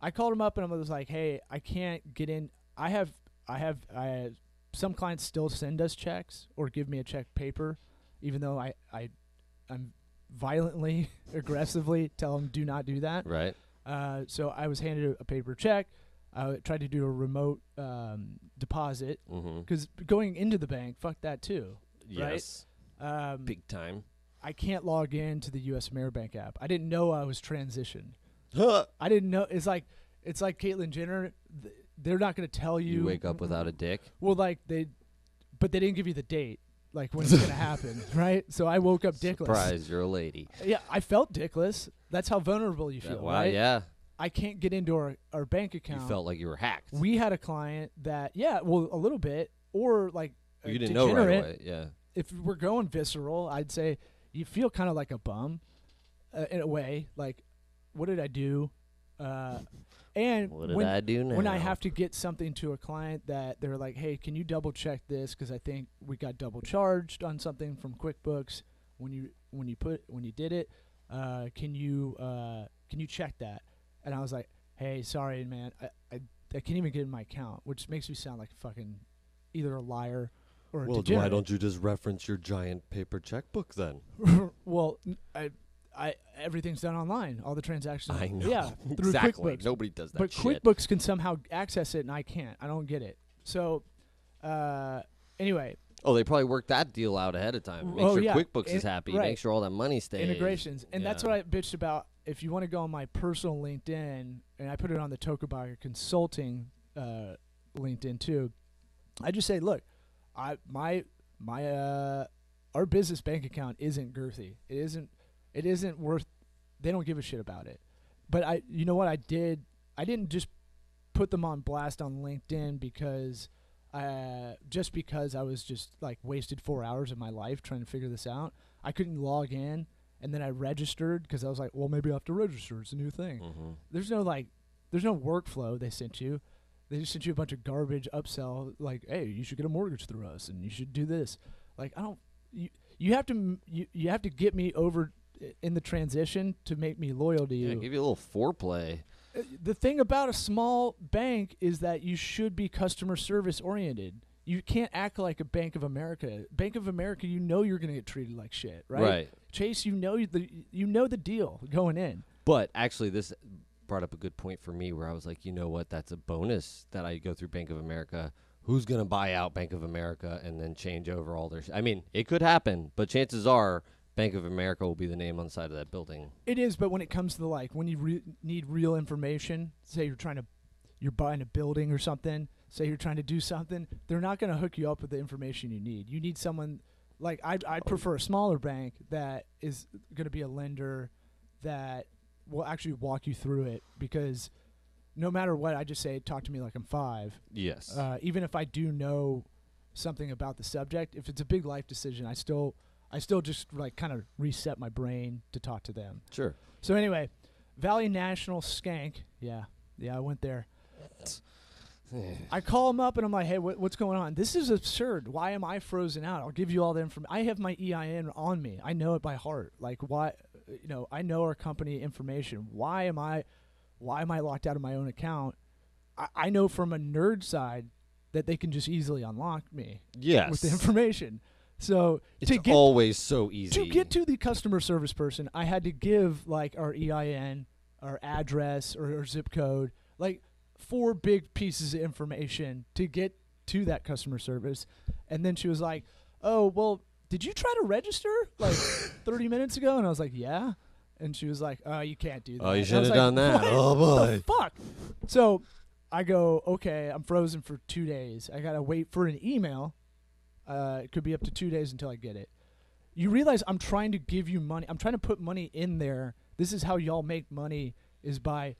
Speaker 1: I called them up and I was like, "Hey, I can't get in. I have I have I some clients still send us checks or give me a check paper, even though I I I'm violently [LAUGHS] aggressively tell them do not do that.
Speaker 2: right.
Speaker 1: Uh, so I was handed a, a paper check. I tried to do a remote um, deposit
Speaker 2: Mm-hmm.
Speaker 1: because going into the bank, fuck that too.
Speaker 2: Yes.
Speaker 1: Um,
Speaker 2: Big time.
Speaker 1: I can't log in to the U.S. Ameribank app. I didn't know I was transitioned.
Speaker 2: Huh.
Speaker 1: I didn't know. It's like it's like Caitlyn Jenner. th- They're not going to tell you.
Speaker 2: You wake up without a dick.
Speaker 1: Well, like they, but they didn't give you the date, like when it's
Speaker 2: [LAUGHS]
Speaker 1: going to happen, right? So I woke up dickless.
Speaker 2: Surprise! You're a lady.
Speaker 1: Yeah, I felt dickless. That's how vulnerable you feel,
Speaker 2: wow.
Speaker 1: right?
Speaker 2: Yeah.
Speaker 1: I can't get into our, our bank
Speaker 2: You
Speaker 1: account.
Speaker 2: felt like you were hacked.
Speaker 1: we had a client that yeah well a little bit or like a
Speaker 2: you didn't know right
Speaker 1: degenerate.
Speaker 2: away. Yeah.
Speaker 1: if we're going visceral i'd say you feel kind of like a bum uh, in a way like what did i do uh, and
Speaker 2: What did
Speaker 1: when,
Speaker 2: I do now?
Speaker 1: when i have to get something to a client that they're like hey can you double check this because i think we got double charged on something from quickbooks when you when you put when you did it uh, can you uh, can you check that and i was like hey sorry man I, I, I can't even get in my account which makes me sound like fucking either a liar or a
Speaker 2: Well, why
Speaker 1: degenerate.
Speaker 2: don't you just reference your giant paper checkbook then?
Speaker 1: [LAUGHS] well n- i I, everything's done online. All the transactions.
Speaker 2: [LAUGHS] I know.
Speaker 1: Yeah, through
Speaker 2: exactly.
Speaker 1: QuickBooks.
Speaker 2: Nobody does that
Speaker 1: but
Speaker 2: shit.
Speaker 1: QuickBooks can somehow access it, and I can't. I don't get it. So, uh, anyway,
Speaker 2: oh, they probably worked that deal out ahead of time. Make
Speaker 1: Oh,
Speaker 2: sure
Speaker 1: yeah.
Speaker 2: QuickBooks
Speaker 1: In-
Speaker 2: is happy.
Speaker 1: right.
Speaker 2: Make sure all that money stays.
Speaker 1: integrations, and that's
Speaker 2: Yeah.
Speaker 1: what I bitched about. If you want to go on my personal LinkedIn, and I put it on the Tokabaga Consulting uh, LinkedIn too, I just say, look, I my my uh, our business bank account isn't girthy. It isn't. It isn't worth. They don't give a shit about it. But I, you know what I did? I didn't just put them on blast on LinkedIn because uh, just because I was just like wasted four hours of my life trying to figure this out. I couldn't log in, and then I registered because I was like, well, maybe I have to register. It's a new thing.
Speaker 2: Mhm.
Speaker 1: There's no like, there's no workflow they sent you. They just sent you a bunch of garbage upsell like, hey, you should get a mortgage through us, and you should do this. Like, I don't. You you have to m- you you have to get me over i- in the transition to make me loyal to you.
Speaker 2: Yeah, give you a little foreplay.
Speaker 1: Uh, the thing about a small bank is that you should be customer service oriented. You can't act like a Bank of America. Bank of America, you know you're going to get treated like shit, right? Chase, you know the you know the deal going in.
Speaker 2: But actually, this brought up a good point for me where I was like, you know what? That's a bonus that I go through Bank of America. Who's going to buy out Bank of America and then change over all their. Sh- I mean, it could happen, but chances are Bank of America will be the name on the side of that building.
Speaker 1: It is, but when it comes to like when you re- need real information, say you're trying to you're buying a building or something, say you're trying to do something, they're not going to hook you up with the information you need. You need someone like I I prefer a smaller bank that is going to be a lender that will actually walk you through it because no matter what I just say talk to me like I'm 5
Speaker 2: Yes.
Speaker 1: uh, even if I do know something about the subject, if it's a big life decision, I still I still just like kind of reset my brain to talk to them.
Speaker 2: sure.
Speaker 1: So anyway, Valley National Skank, yeah, yeah, I went there. I call him up and I'm like, hey, what, what's going on? This is absurd. Why am I frozen out? I'll give you all the information. I have my EIN on me. I know it by heart. Like, why, you know, I know our company information. Why am I, why am I locked out of my own account? I, I know from a nerd side that they can just easily unlock me
Speaker 2: yes.
Speaker 1: with the information. So
Speaker 2: It's
Speaker 1: to get
Speaker 2: always so easy.
Speaker 1: to get to the customer service person, I had to give like our EIN, our address, or, or zip code, like four big pieces of information to get to that customer service. And then she was like, "Oh, well, did you try to register like 30 minutes ago?" And I was like, "Yeah." And she was like, "Oh, you can't do that."
Speaker 2: Oh, you
Speaker 1: And I
Speaker 2: should
Speaker 1: was
Speaker 2: have
Speaker 1: like, [LAUGHS]
Speaker 2: done that.
Speaker 1: "What
Speaker 2: Oh,
Speaker 1: the fuck. So I go, okay, I'm frozen for two days. I gotta wait for an email. Uh, it could be up to two days until I get it. You realize I'm trying to give you money. I'm trying to put money in there. This is how y'all make money is by,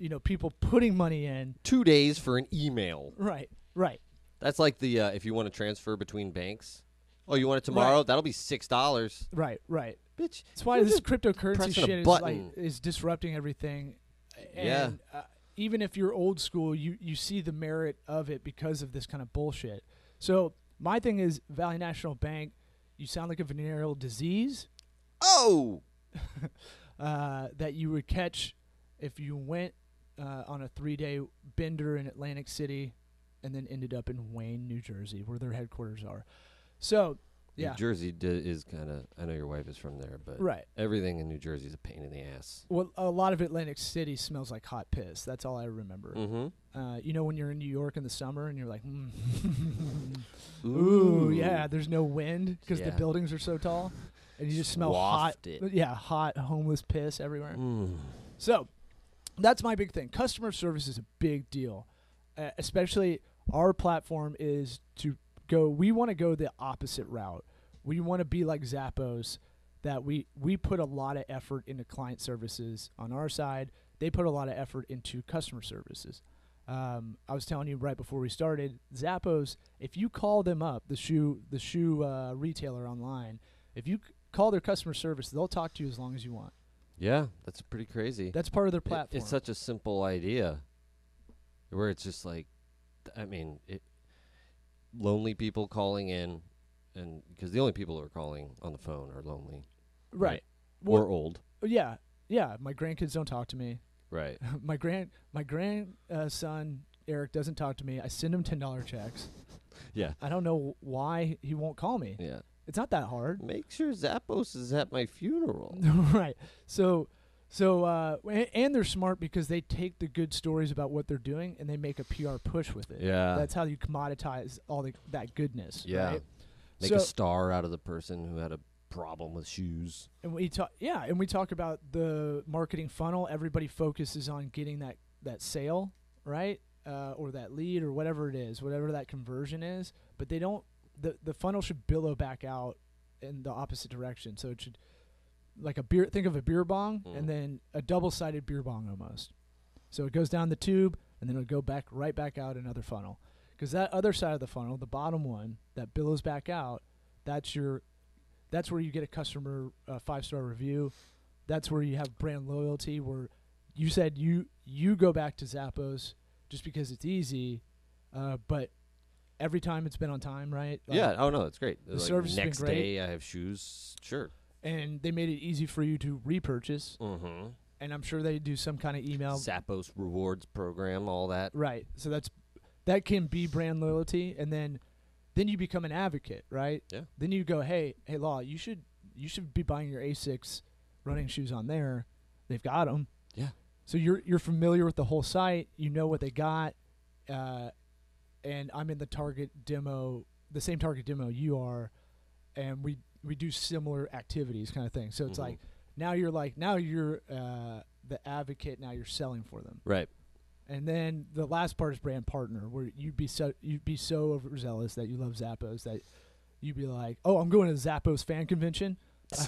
Speaker 1: you know, people putting money in.
Speaker 2: Two days for an email.
Speaker 1: Right, right.
Speaker 2: That's like the uh, if you want to transfer between banks. Oh, you want it tomorrow?
Speaker 1: Right.
Speaker 2: That'll be six dollars,
Speaker 1: Right, right.
Speaker 2: bitch.
Speaker 1: That's why
Speaker 2: you
Speaker 1: this
Speaker 2: just-
Speaker 1: cryptocurrency
Speaker 2: pressing a
Speaker 1: shit is like
Speaker 2: button.
Speaker 1: is disrupting everything. And,
Speaker 2: Yeah.
Speaker 1: Uh, even if you're old school, you you see the merit of it because of this kind of bullshit. So my thing is Valley National Bank. You sound like a venereal disease
Speaker 2: Oh,
Speaker 1: uh, that you would catch if you went uh, on a three-day bender in Atlantic City, and then ended up in Wayne, New Jersey, where their headquarters are. So yeah,
Speaker 2: New Jersey d- is kind of. I know your wife is from there, but
Speaker 1: right.
Speaker 2: everything in New Jersey is a pain in the ass.
Speaker 1: Well, a lot of Atlantic City smells like hot piss. That's all I remember.
Speaker 2: Mm-hmm.
Speaker 1: uh, you know when you're in New York in the summer and you're like, mm. ooh, yeah, there's no wind because the
Speaker 2: Yeah.
Speaker 1: buildings are so tall, and you just smell hot,
Speaker 2: Swaft it.
Speaker 1: yeah, hot homeless piss everywhere.
Speaker 2: Mm.
Speaker 1: So that's my big thing. Customer service is a big deal, uh, especially our platform is to go. We want to go the opposite route. We want to be like Zappos, that we we put a lot of effort into client services on our side. They put a lot of effort into customer services. Um, I was telling you right before we started, Zappos. If you call them up, the shoe the shoe uh, retailer online, if you c- call their customer service, they'll talk to you as long as you want.
Speaker 2: Yeah, that's pretty crazy.
Speaker 1: That's part of their
Speaker 2: It-
Speaker 1: platform.
Speaker 2: it's such a simple idea, where it's just like, th- I mean, it, lonely people calling in, and because the only people who are calling on the phone are lonely,
Speaker 1: Right.
Speaker 2: or old,
Speaker 1: Yeah. Yeah. My grandkids don't talk to me. [LAUGHS]
Speaker 2: right?
Speaker 1: my grand my grandson uh, son, Eric doesn't talk to me. I send him ten dollar checks.
Speaker 2: [LAUGHS] Yeah.
Speaker 1: I don't know why he won't call me.
Speaker 2: Yeah.
Speaker 1: It's not that hard. [LAUGHS]
Speaker 2: Make sure Zappos is at my funeral.
Speaker 1: right. So so uh, and, and they're smart because they take the good stories about what they're doing and they make a PR push with it.
Speaker 2: Yeah.
Speaker 1: That's how you commoditize all the, that goodness.
Speaker 2: yeah.
Speaker 1: Right?
Speaker 2: Make
Speaker 1: So-
Speaker 2: a star out of the person who had a problem with shoes.
Speaker 1: and we talk yeah and we talk about the marketing funnel everybody focuses on getting that that sale right uh, or that lead or whatever it is whatever that conversion is but they don't the, the funnel should billow back out in the opposite direction so it should like a beer think of a beer bong
Speaker 2: Mm.
Speaker 1: and then a double-sided beer bong almost so it goes down the tube and then it'll go back right back out another funnel because that other side of the funnel the bottom one that billows back out that's your that's where you get a customer uh, five star review. That's where you have brand loyalty. Where you said you you go back to Zappos just because it's easy, uh, but every time it's been on time, right? Like,
Speaker 2: yeah. Oh no, that's great.
Speaker 1: the service has been
Speaker 2: next
Speaker 1: great.
Speaker 2: day, I have shoes. Sure.
Speaker 1: and they made it easy for you to repurchase.
Speaker 2: Mm-hmm.
Speaker 1: And I'm sure they do some kind of email,
Speaker 2: Zappos rewards program, all that.
Speaker 1: right? So that's that can be brand loyalty, and then then you become an advocate, right?
Speaker 2: Yeah.
Speaker 1: Then you go, hey, hey, Law, you should you should be buying your Asics running shoes on there. They've got them.
Speaker 2: Yeah.
Speaker 1: So you're you're familiar with the whole site. You know what they got, uh, and I'm in the target demo, the same target demo you are, and we we do similar activities, kind of thing. So it's
Speaker 2: Mhm.
Speaker 1: like now you're like now you're uh, the advocate. Now you're selling for them,
Speaker 2: Right.
Speaker 1: and then the last part is brand partner, where you'd be so you'd be so overzealous that you love Zappos that you'd be like, oh, I'm going to Zappos fan convention,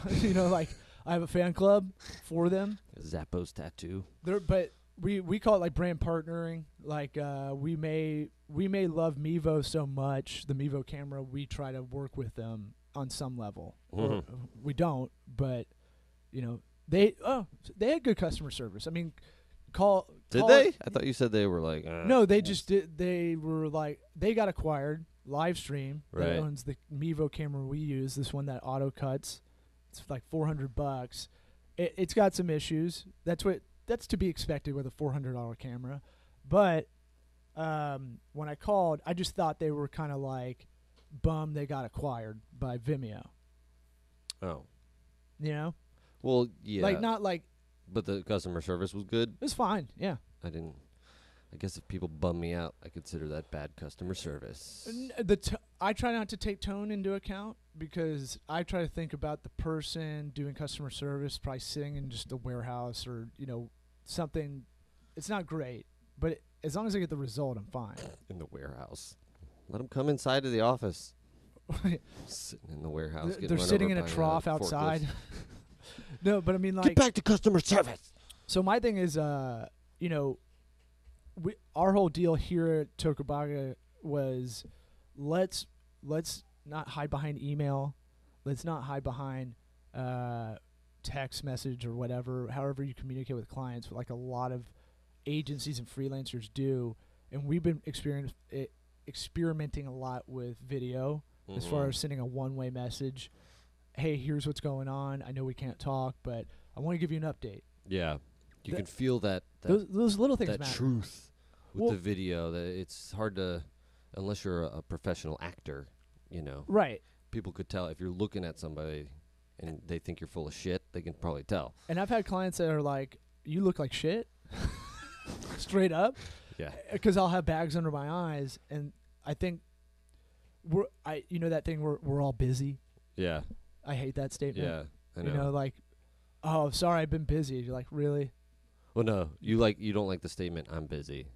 Speaker 1: [LAUGHS] you know, like I have a fan club for them
Speaker 2: Zappos tattoo.
Speaker 1: there but we we call it like brand partnering like uh we may we may love mevo so much the mevo camera we try to work with them on some level Or,
Speaker 2: Mhm.
Speaker 1: uh, we don't but you know they oh they had good customer service i mean call.
Speaker 2: Did
Speaker 1: call-
Speaker 2: they? I thought you said they were like. Uh,
Speaker 1: No, they just did. They were like they got acquired live stream.
Speaker 2: Right.
Speaker 1: That owns the Mevo camera we use. This one that auto cuts. It's like four hundred bucks. It, it's got some issues. That's what that's to be expected with a four hundred dollar camera. But um, when I called, I just thought they were kind of like bummed they got acquired by Vimeo.
Speaker 2: Oh.
Speaker 1: You know,
Speaker 2: Well, yeah.
Speaker 1: like not like
Speaker 2: but the customer service was good.
Speaker 1: it's fine. Yeah.
Speaker 2: I didn't. I guess if people bum me out, I consider that bad customer service.
Speaker 1: N- the t- I try not to take tone into account because I try to think about the person doing customer service, probably sitting in just a warehouse or you know something. It's not great, but as long as I get the result, I'm fine.
Speaker 2: in the warehouse. Let them come inside of the
Speaker 1: [LAUGHS]
Speaker 2: office. Sitting in the warehouse.
Speaker 1: They're-
Speaker 2: getting
Speaker 1: They're
Speaker 2: run
Speaker 1: sitting in
Speaker 2: over
Speaker 1: a
Speaker 2: by uh,
Speaker 1: trough
Speaker 2: forklift. [LAUGHS]
Speaker 1: outside. no, but I mean
Speaker 2: Get
Speaker 1: like
Speaker 2: back to customer service.
Speaker 1: So my thing is, uh, you know, we, our whole deal here at Tokubaga was let's let's not hide behind email, let's not hide behind uh, text message or whatever, however you communicate with clients, like a lot of agencies and freelancers do, and we've been experience, eh, experimenting a lot with video as far
Speaker 2: Mhm.
Speaker 1: as sending a one-way message. Hey, here's what's going on. I know we can't talk, but I want to give you an update
Speaker 2: yeah, you
Speaker 1: Th-
Speaker 2: can feel that that,
Speaker 1: those, those little things
Speaker 2: that
Speaker 1: matter.
Speaker 2: truth with
Speaker 1: Well-
Speaker 2: the video. That it's hard to, unless you're a, a professional actor, you know,
Speaker 1: Right.
Speaker 2: people could tell if you're looking at somebody and they think you're full of shit. They can probably tell.
Speaker 1: And I've had clients that are like, you look like shit, [LAUGHS] straight up,
Speaker 2: Yeah,
Speaker 1: because I'll have bags under my eyes. And I think we're, I, you know, that thing where we're all busy.
Speaker 2: yeah,
Speaker 1: I hate that statement.
Speaker 2: yeah. I know.
Speaker 1: You know, like, oh, sorry, I've been busy. You're like, really?
Speaker 2: well, no, you like you don't like the statement. I'm busy.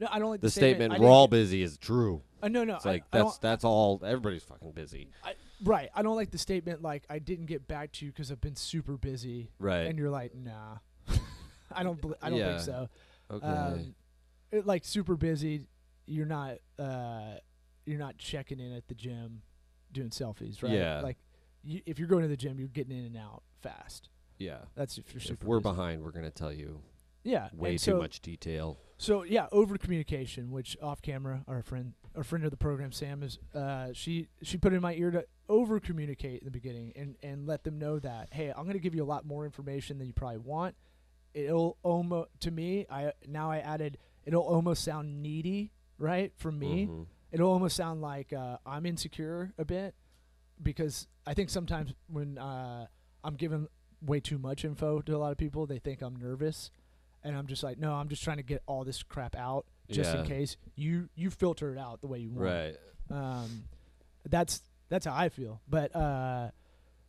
Speaker 1: No, I don't like
Speaker 2: The,
Speaker 1: the,
Speaker 2: statement,
Speaker 1: I
Speaker 2: "We're
Speaker 1: didn't-
Speaker 2: all busy" is true.
Speaker 1: Uh, no, no.
Speaker 2: It's
Speaker 1: I-
Speaker 2: like
Speaker 1: I don't-
Speaker 2: that's that's all. Everybody's fucking busy.
Speaker 1: I- right. I don't like the statement like I didn't get back to you because I've been super busy.
Speaker 2: Right.
Speaker 1: And you're like, nah, [LAUGHS] I don't. bel I don't
Speaker 2: Yeah.
Speaker 1: think so.
Speaker 2: okay.
Speaker 1: um, it, like super busy. You're not uh, you're not checking in at the gym, doing selfies, right?
Speaker 2: Yeah.
Speaker 1: Like, you, if you're going to the gym, you're getting in and out fast.
Speaker 2: yeah.
Speaker 1: That's if you're super.
Speaker 2: If we're
Speaker 1: busy.
Speaker 2: behind, we're gonna tell you
Speaker 1: yeah,
Speaker 2: way
Speaker 1: and
Speaker 2: too
Speaker 1: so-
Speaker 2: much detail.
Speaker 1: So yeah, over communication, which off camera, our friend, our friend of the program, Sam is, uh, she she put in my ear to over communicate in the beginning and and let them know that hey, I'm going to give you a lot more information than you probably want. It'll almost to me, I now I added it'll almost sound needy, right? For me,
Speaker 2: Mhm.
Speaker 1: it'll almost sound like uh, I'm insecure a bit because I think sometimes when uh, I'm giving way too much info to a lot of people, they think I'm nervous, and I'm just like, no, I'm just trying to get all this crap out just in
Speaker 2: Yeah.
Speaker 1: case you you filter it out the way you want.
Speaker 2: Right.
Speaker 1: Um, that's that's how I feel, but uh,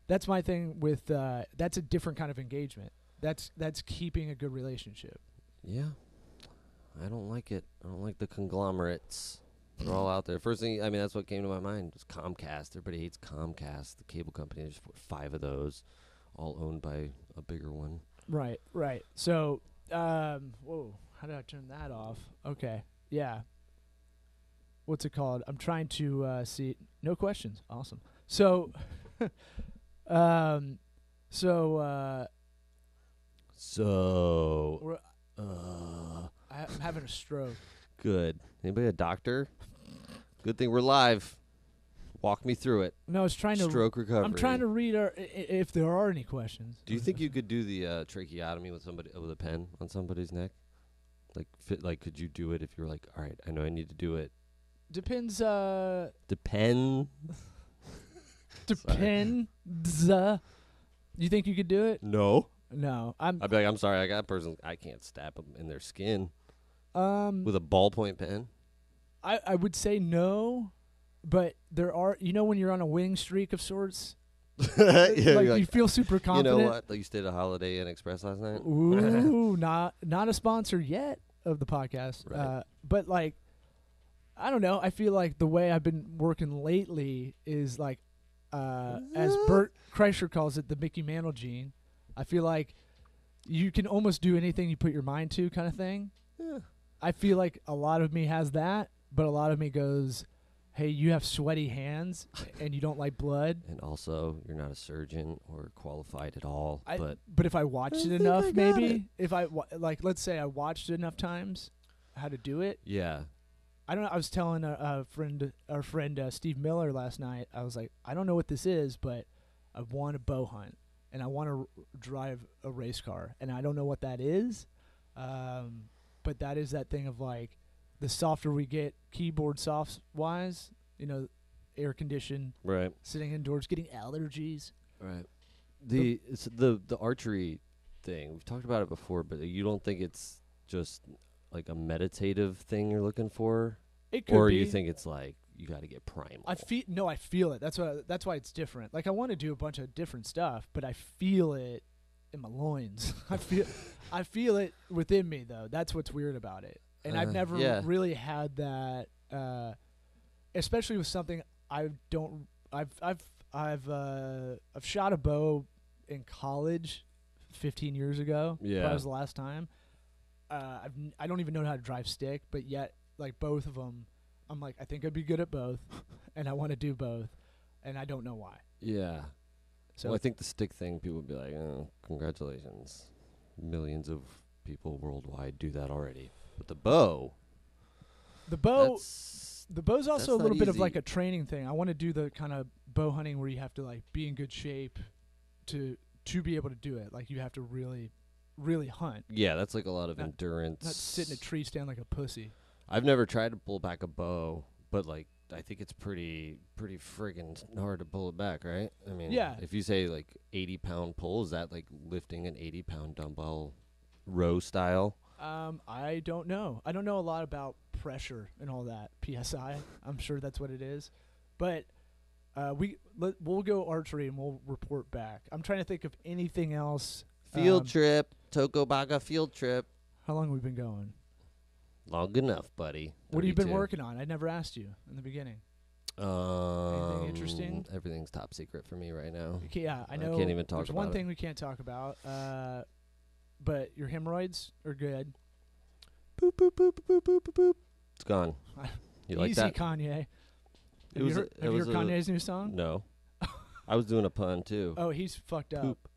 Speaker 1: that's my thing with uh, that's a different kind of engagement. That's that's keeping a good relationship.
Speaker 2: Yeah. I don't like it. I don't like the conglomerates. They're all out there. First thing, I mean, that's what came to my mind was Comcast. Everybody hates Comcast, the cable company. There's what, five of those, all owned by a bigger one.
Speaker 1: Right, right. So, um, whoa, how did I turn that off? Okay, yeah. What's it called? I'm trying to uh, see. No questions. Awesome. So, [LAUGHS] um, so uh,
Speaker 2: So,
Speaker 1: we're,
Speaker 2: uh,
Speaker 1: I- I'm having a stroke.
Speaker 2: good. Anybody a doctor? Good thing we're live. Walk me through it.
Speaker 1: No, I was trying to.
Speaker 2: Stroke recovery.
Speaker 1: I'm trying to read our, i- i- if there are any questions.
Speaker 2: Do you think you could do the uh, tracheotomy with somebody with a pen on somebody's neck? Like, fit, like, could you do it if you were like, all right, I know I need to do it.
Speaker 1: Depends. Uh,
Speaker 2: Depend?
Speaker 1: depends. uh, You think you could do it?
Speaker 2: No.
Speaker 1: No, I'm.
Speaker 2: I'd be like, I'm sorry, I got a person. I can't stab them in their skin
Speaker 1: Um,
Speaker 2: Uh, with a ballpoint pen.
Speaker 1: I, I would say no, but there are you know when you're on a winning streak of sorts,
Speaker 2: [LAUGHS] Uh, yeah,
Speaker 1: like,
Speaker 2: you're
Speaker 1: you
Speaker 2: like,
Speaker 1: feel super
Speaker 2: you know
Speaker 1: confident.
Speaker 2: what? Like, You stayed at Holiday Inn Express last night. [LAUGHS]
Speaker 1: Ooh, not not a sponsor yet of the podcast,
Speaker 2: Right.
Speaker 1: uh, but like I don't know. I feel like the way I've been working lately is like, uh, as Bert Kreischer calls it, the Mickey Mantle gene. I feel like you can almost do anything you put your mind to, kind of thing.
Speaker 2: Yeah.
Speaker 1: I feel like a lot of me has that, but a lot of me goes, hey, you have sweaty hands and you don't like blood.
Speaker 2: And also, you're not a surgeon or qualified at all.
Speaker 1: I,
Speaker 2: but
Speaker 1: if I watched
Speaker 2: I
Speaker 1: it
Speaker 2: think
Speaker 1: enough,
Speaker 2: I got
Speaker 1: maybe
Speaker 2: it.
Speaker 1: if I wa- like, let's say I watched it enough times, how to do it.
Speaker 2: yeah,
Speaker 1: I don't. know. I was telling a, a friend, our friend uh, Steve Miller last night. I was like, I don't know what this is, but I want to bow hunt and I want to r- drive a race car, and I don't know what that is. Um, but that is that thing of like, the softer we get, keyboard softs wise, you know, air conditioned,
Speaker 2: right,
Speaker 1: sitting indoors, getting allergies.
Speaker 2: right. The it's the the archery thing we've talked about it before, but you don't think it's just like a meditative thing you're looking for,
Speaker 1: It could
Speaker 2: or
Speaker 1: be.
Speaker 2: you think it's like you got to get primal.
Speaker 1: I feel no, I feel it. That's why. That's why it's different. Like I want to do a bunch of different stuff, but I feel it in my loins. [LAUGHS] I feel, I feel it within me though. That's what's weird about it. And I've
Speaker 2: Uh,
Speaker 1: never
Speaker 2: yeah.
Speaker 1: really had that, uh, especially with something I don't. I've I've I've uh, I've shot a bow in college, fifteen years ago. probably
Speaker 2: Yeah.
Speaker 1: was the last time. Uh, I've n- I don't even know how to drive stick, but yet like both of them, I'm like I think I'd be good at
Speaker 2: [LAUGHS]
Speaker 1: both, and I want to do both, and I don't know why.
Speaker 2: yeah.
Speaker 1: So
Speaker 2: well, I think the stick thing, people would be like, oh, congratulations. Millions of people worldwide do that already. But the bow,
Speaker 1: the bow,
Speaker 2: that's,
Speaker 1: the bow's also a
Speaker 2: not
Speaker 1: little bit of like
Speaker 2: easy.
Speaker 1: a training thing. I want to do the kind of bow hunting where you have to like be in good shape to to be able to do it. Like you have to really, really hunt,
Speaker 2: yeah, that's like a lot of
Speaker 1: Not-
Speaker 2: endurance.
Speaker 1: not sit in a tree stand like a pussy.
Speaker 2: I've never tried to pull back a bow, but like, I think it's pretty, pretty friggin' hard to pull it back, right? I mean,
Speaker 1: Yeah.
Speaker 2: If you say like 80 pound pull, is that like lifting an 80 pound dumbbell row style?
Speaker 1: Um, I don't know. I don't know a lot about pressure and all that [LAUGHS] psi. I'm sure that's what it is, but uh, we let, we'll go archery and we'll report back. I'm trying to think of anything else.
Speaker 2: Field
Speaker 1: Um,
Speaker 2: trip, Tokobaga field trip.
Speaker 1: How long have we been going?
Speaker 2: Oh, Long enough, buddy.
Speaker 1: What have you been
Speaker 2: 32.
Speaker 1: working on? I never asked you in the beginning.
Speaker 2: Um,
Speaker 1: interesting?
Speaker 2: Everything's top secret for me right now.
Speaker 1: Okay, yeah, I
Speaker 2: I
Speaker 1: know.
Speaker 2: can't even talk
Speaker 1: There's one
Speaker 2: about it.
Speaker 1: thing we can't talk about. Uh, but your hemorrhoids are good.
Speaker 2: Boop boop boop boop boop boop boop. boop. It's
Speaker 1: [LAUGHS]
Speaker 2: gone. You like
Speaker 1: Easy,
Speaker 2: that?
Speaker 1: Kanye. Have you
Speaker 2: was a-
Speaker 1: heard,
Speaker 2: it
Speaker 1: have you
Speaker 2: was
Speaker 1: heard
Speaker 2: a-
Speaker 1: Kanye's new song? [LAUGHS]
Speaker 2: No. I was doing a pun too.
Speaker 1: Oh, he's fucked up.
Speaker 2: Poop.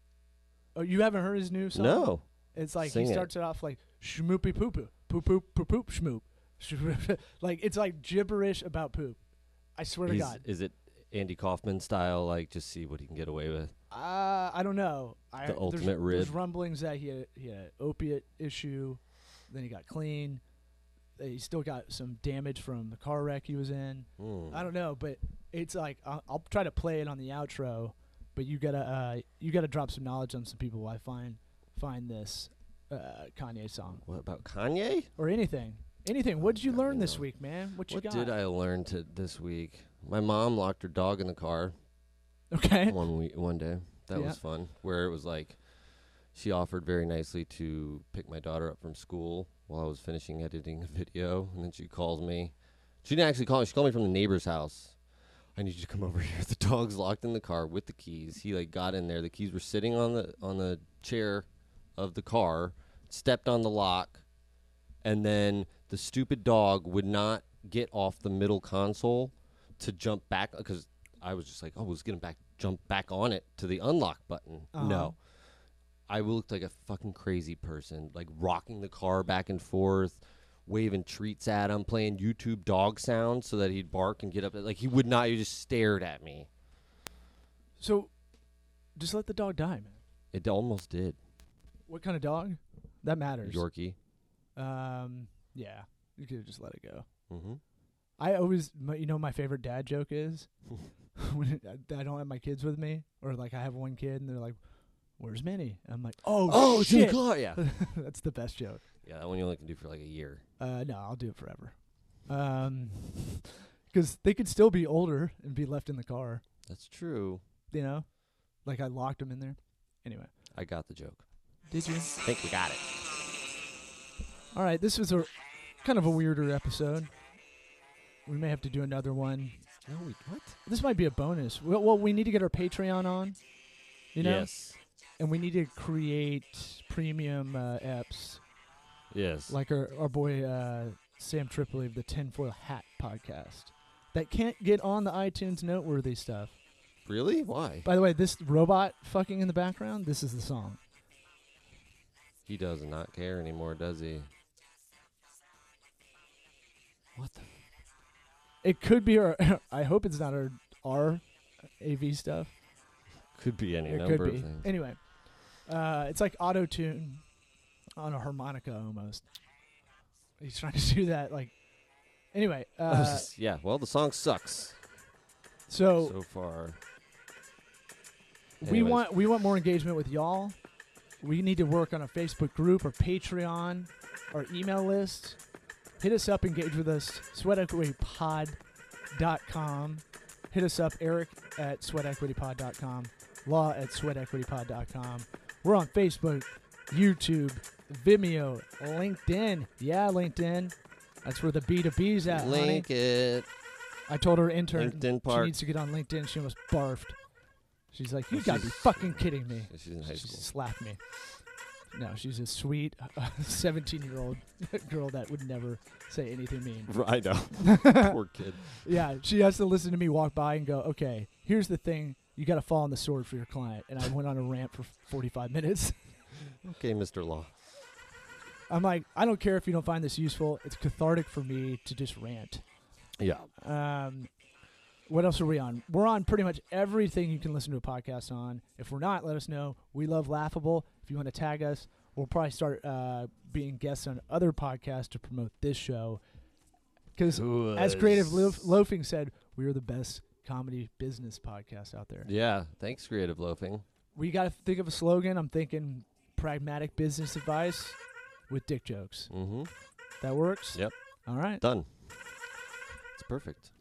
Speaker 1: Oh, you haven't heard his new song?
Speaker 2: no.
Speaker 1: It's like
Speaker 2: Sing
Speaker 1: he
Speaker 2: it.
Speaker 1: starts it. off like shmoopy poo poo poo poo poo poop shmoop. [LAUGHS] like it's like gibberish about poop. I swear
Speaker 2: He's-
Speaker 1: to God.
Speaker 2: Is it Andy Kaufman style? Like, just see what he can get away with.
Speaker 1: Uh, I don't know. I,
Speaker 2: The ultimate
Speaker 1: there's, There's
Speaker 2: rib.
Speaker 1: rumblings that he had, he had an opiate issue, then he got clean. uh, He still got some damage from the car wreck he was in.
Speaker 2: Hmm.
Speaker 1: I don't know, but it's like I'll, I'll try to play it on the outro, but you gotta uh, you gotta drop some knowledge on some people. while I find find this uh, Kanye song.
Speaker 2: What about Kanye?
Speaker 1: or anything. Anything. What did you
Speaker 2: I
Speaker 1: learn
Speaker 2: don't
Speaker 1: this
Speaker 2: know.
Speaker 1: week, man? What you
Speaker 2: What
Speaker 1: got?
Speaker 2: did I learn to this week? My mom locked her dog in the car.
Speaker 1: [LAUGHS] Okay.
Speaker 2: one week, one day. That
Speaker 1: Yeah.
Speaker 2: was fun. Where it was like, she offered very nicely to pick my daughter up from school while I was finishing editing a video, and then she called me. She didn't actually call me. She called me from the neighbor's house. I need you to come over [LAUGHS] here. The dog's locked in the car with the keys. He like got in there. The keys were sitting on the on the chair of the car. Stepped on the lock, and then the stupid dog would not get off the middle console to jump back because I was just like, oh, let's get him back, jump back on it to the unlock button.
Speaker 1: Uh-huh.
Speaker 2: No. I looked like a fucking crazy person, like rocking the car back and forth, waving treats at him, playing YouTube dog sounds so that he'd bark and get up. Like he would not, he just stared at me.
Speaker 1: So, just let the dog die, man.
Speaker 2: It almost did.
Speaker 1: What kind of dog? That matters.
Speaker 2: Yorkie.
Speaker 1: Um. Yeah. You could just let it go.
Speaker 2: Mm-hmm.
Speaker 1: I always, my, you know, my favorite dad joke is [LAUGHS] when I, I don't have my kids with me, or like I have one kid and they're like, "Where's Minnie?" I'm like, "Oh,
Speaker 2: Oh, it's in
Speaker 1: shit."
Speaker 2: the car. Yeah.
Speaker 1: [LAUGHS] That's the best joke.
Speaker 2: yeah, that one you only can do for like a year.
Speaker 1: Uh, no, I'll do it forever. Um 'cause they could still be older and be left in the car.
Speaker 2: That's true.
Speaker 1: You know, like I locked them in there. Anyway.
Speaker 2: I got the joke.
Speaker 1: Did you?
Speaker 2: I think we got it.
Speaker 1: All right, this was a kind of a weirder episode. We may have to do another one.
Speaker 2: No, we what?
Speaker 1: This might be a bonus. Well, well we need to get our Patreon on, you know,
Speaker 2: Yes.
Speaker 1: and we need to create premium uh, eps
Speaker 2: Yes.
Speaker 1: like our our boy uh, Sam Tripoli of the Tinfoil Hat podcast. that can't get on the iTunes noteworthy stuff.
Speaker 2: Really? Why?
Speaker 1: By the way, this robot fucking in the background, this is the song.
Speaker 2: He does not care anymore, does he? What the?
Speaker 1: It could be our. [LAUGHS] I hope it's not our our AV stuff.
Speaker 2: Could be any
Speaker 1: it
Speaker 2: number
Speaker 1: could be.
Speaker 2: of [LAUGHS] things.
Speaker 1: Anyway, uh, it's like auto tune on a harmonica almost. He's trying to [LAUGHS] do that like. Anyway, uh,
Speaker 2: yeah. Well, the song sucks
Speaker 1: so
Speaker 2: so far.
Speaker 1: we
Speaker 2: Anyways.
Speaker 1: want we want more engagement with y'all. We need to work on a Facebook group or Patreon or email list. Hit us up, engage with us, sweatequitypod.com. Hit us up, Eric at sweatequitypod.com, Law at sweatequitypod.com. We're on Facebook, YouTube, Vimeo, LinkedIn. Yeah, LinkedIn. That's where the B2B's at. honey.
Speaker 2: Link it.
Speaker 1: I told her intern
Speaker 2: LinkedIn
Speaker 1: she
Speaker 2: Park.
Speaker 1: needs to get on LinkedIn. She almost barfed. She's like, "You
Speaker 2: Well,
Speaker 1: gotta be
Speaker 2: she's-
Speaker 1: fucking kidding me!"
Speaker 2: She's in high
Speaker 1: She
Speaker 2: school.
Speaker 1: slapped me. No, she's a sweet uh, [LAUGHS] seventeen-year-old [LAUGHS] girl that would never say anything mean.
Speaker 2: [LAUGHS] I
Speaker 1: [LAUGHS]
Speaker 2: know. Poor kid.
Speaker 1: Yeah, she has to listen to me walk by and go, "Okay, here's the thing: you gotta fall on the sword for your client." And I went on a rant for forty-five minutes. [LAUGHS]
Speaker 2: Okay, Mr. Law.
Speaker 1: I'm like, I don't care if you don't find this useful. It's cathartic for me to just rant.
Speaker 2: Yeah.
Speaker 1: Um, what else are we on? We're on pretty much everything you can listen to a podcast on. If we're not, let us know. We love Laughable. If you want to tag us, we'll probably start uh, being guests on other podcasts to promote this show. Because as Creative Loaf- Loafing said, we are the best comedy business podcast out there.
Speaker 2: Yeah. Thanks, Creative Loafing.
Speaker 1: We got to think of a slogan. I'm thinking pragmatic business advice with dick jokes.
Speaker 2: Mm-hmm.
Speaker 1: That works?
Speaker 2: Yep.
Speaker 1: All right.
Speaker 2: Done. It's perfect.